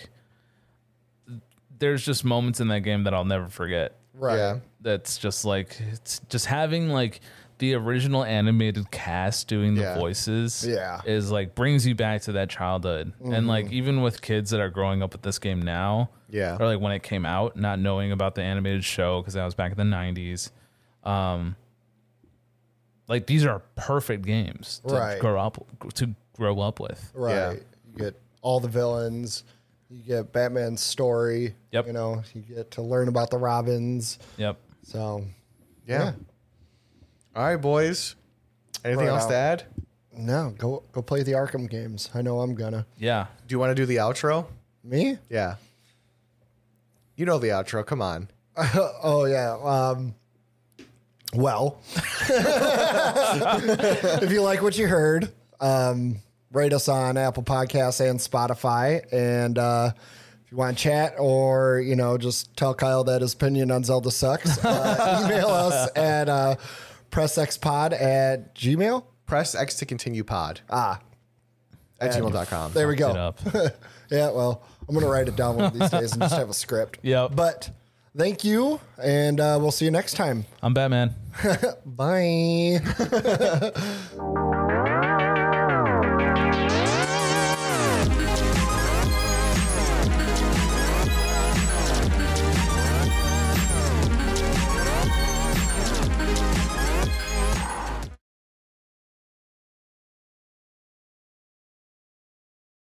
there's just moments in that game that I'll never forget. right. Yeah. that's just like it's just having like the original animated cast doing the Yeah. voices Yeah. is like brings you back to that childhood and like even with kids that are growing up with this game now Yeah. or like when it came out not knowing about the animated show because that was back in the 90s um like these are perfect games to Right. grow up to grow up with Right. Yeah. You get all the villains. You get Batman's story. Yep. You know, you get to learn about the Robins. yep So Yeah. All right, boys. Anything Right else out. to add? no, go go play the Arkham games. I know I'm gonna. yeah Do you want to do the outro? Me? Yeah. You know the outro. Come on. Oh yeah. Um, well, <laughs> if you like what you heard, um, rate us on Apple Podcasts and Spotify, and uh, if you want to chat or you know just tell Kyle that his opinion on Zelda sucks, <laughs> uh, email us at uh, pressxpod at gmail. Press X to continue pod. Ah. At gmail.com. There we it go. up <laughs> Yeah, well, I'm gonna write it down one of these days and just have a script. <laughs> Yep. But Thank you, and uh, we'll see you next time. I'm Batman. Bye.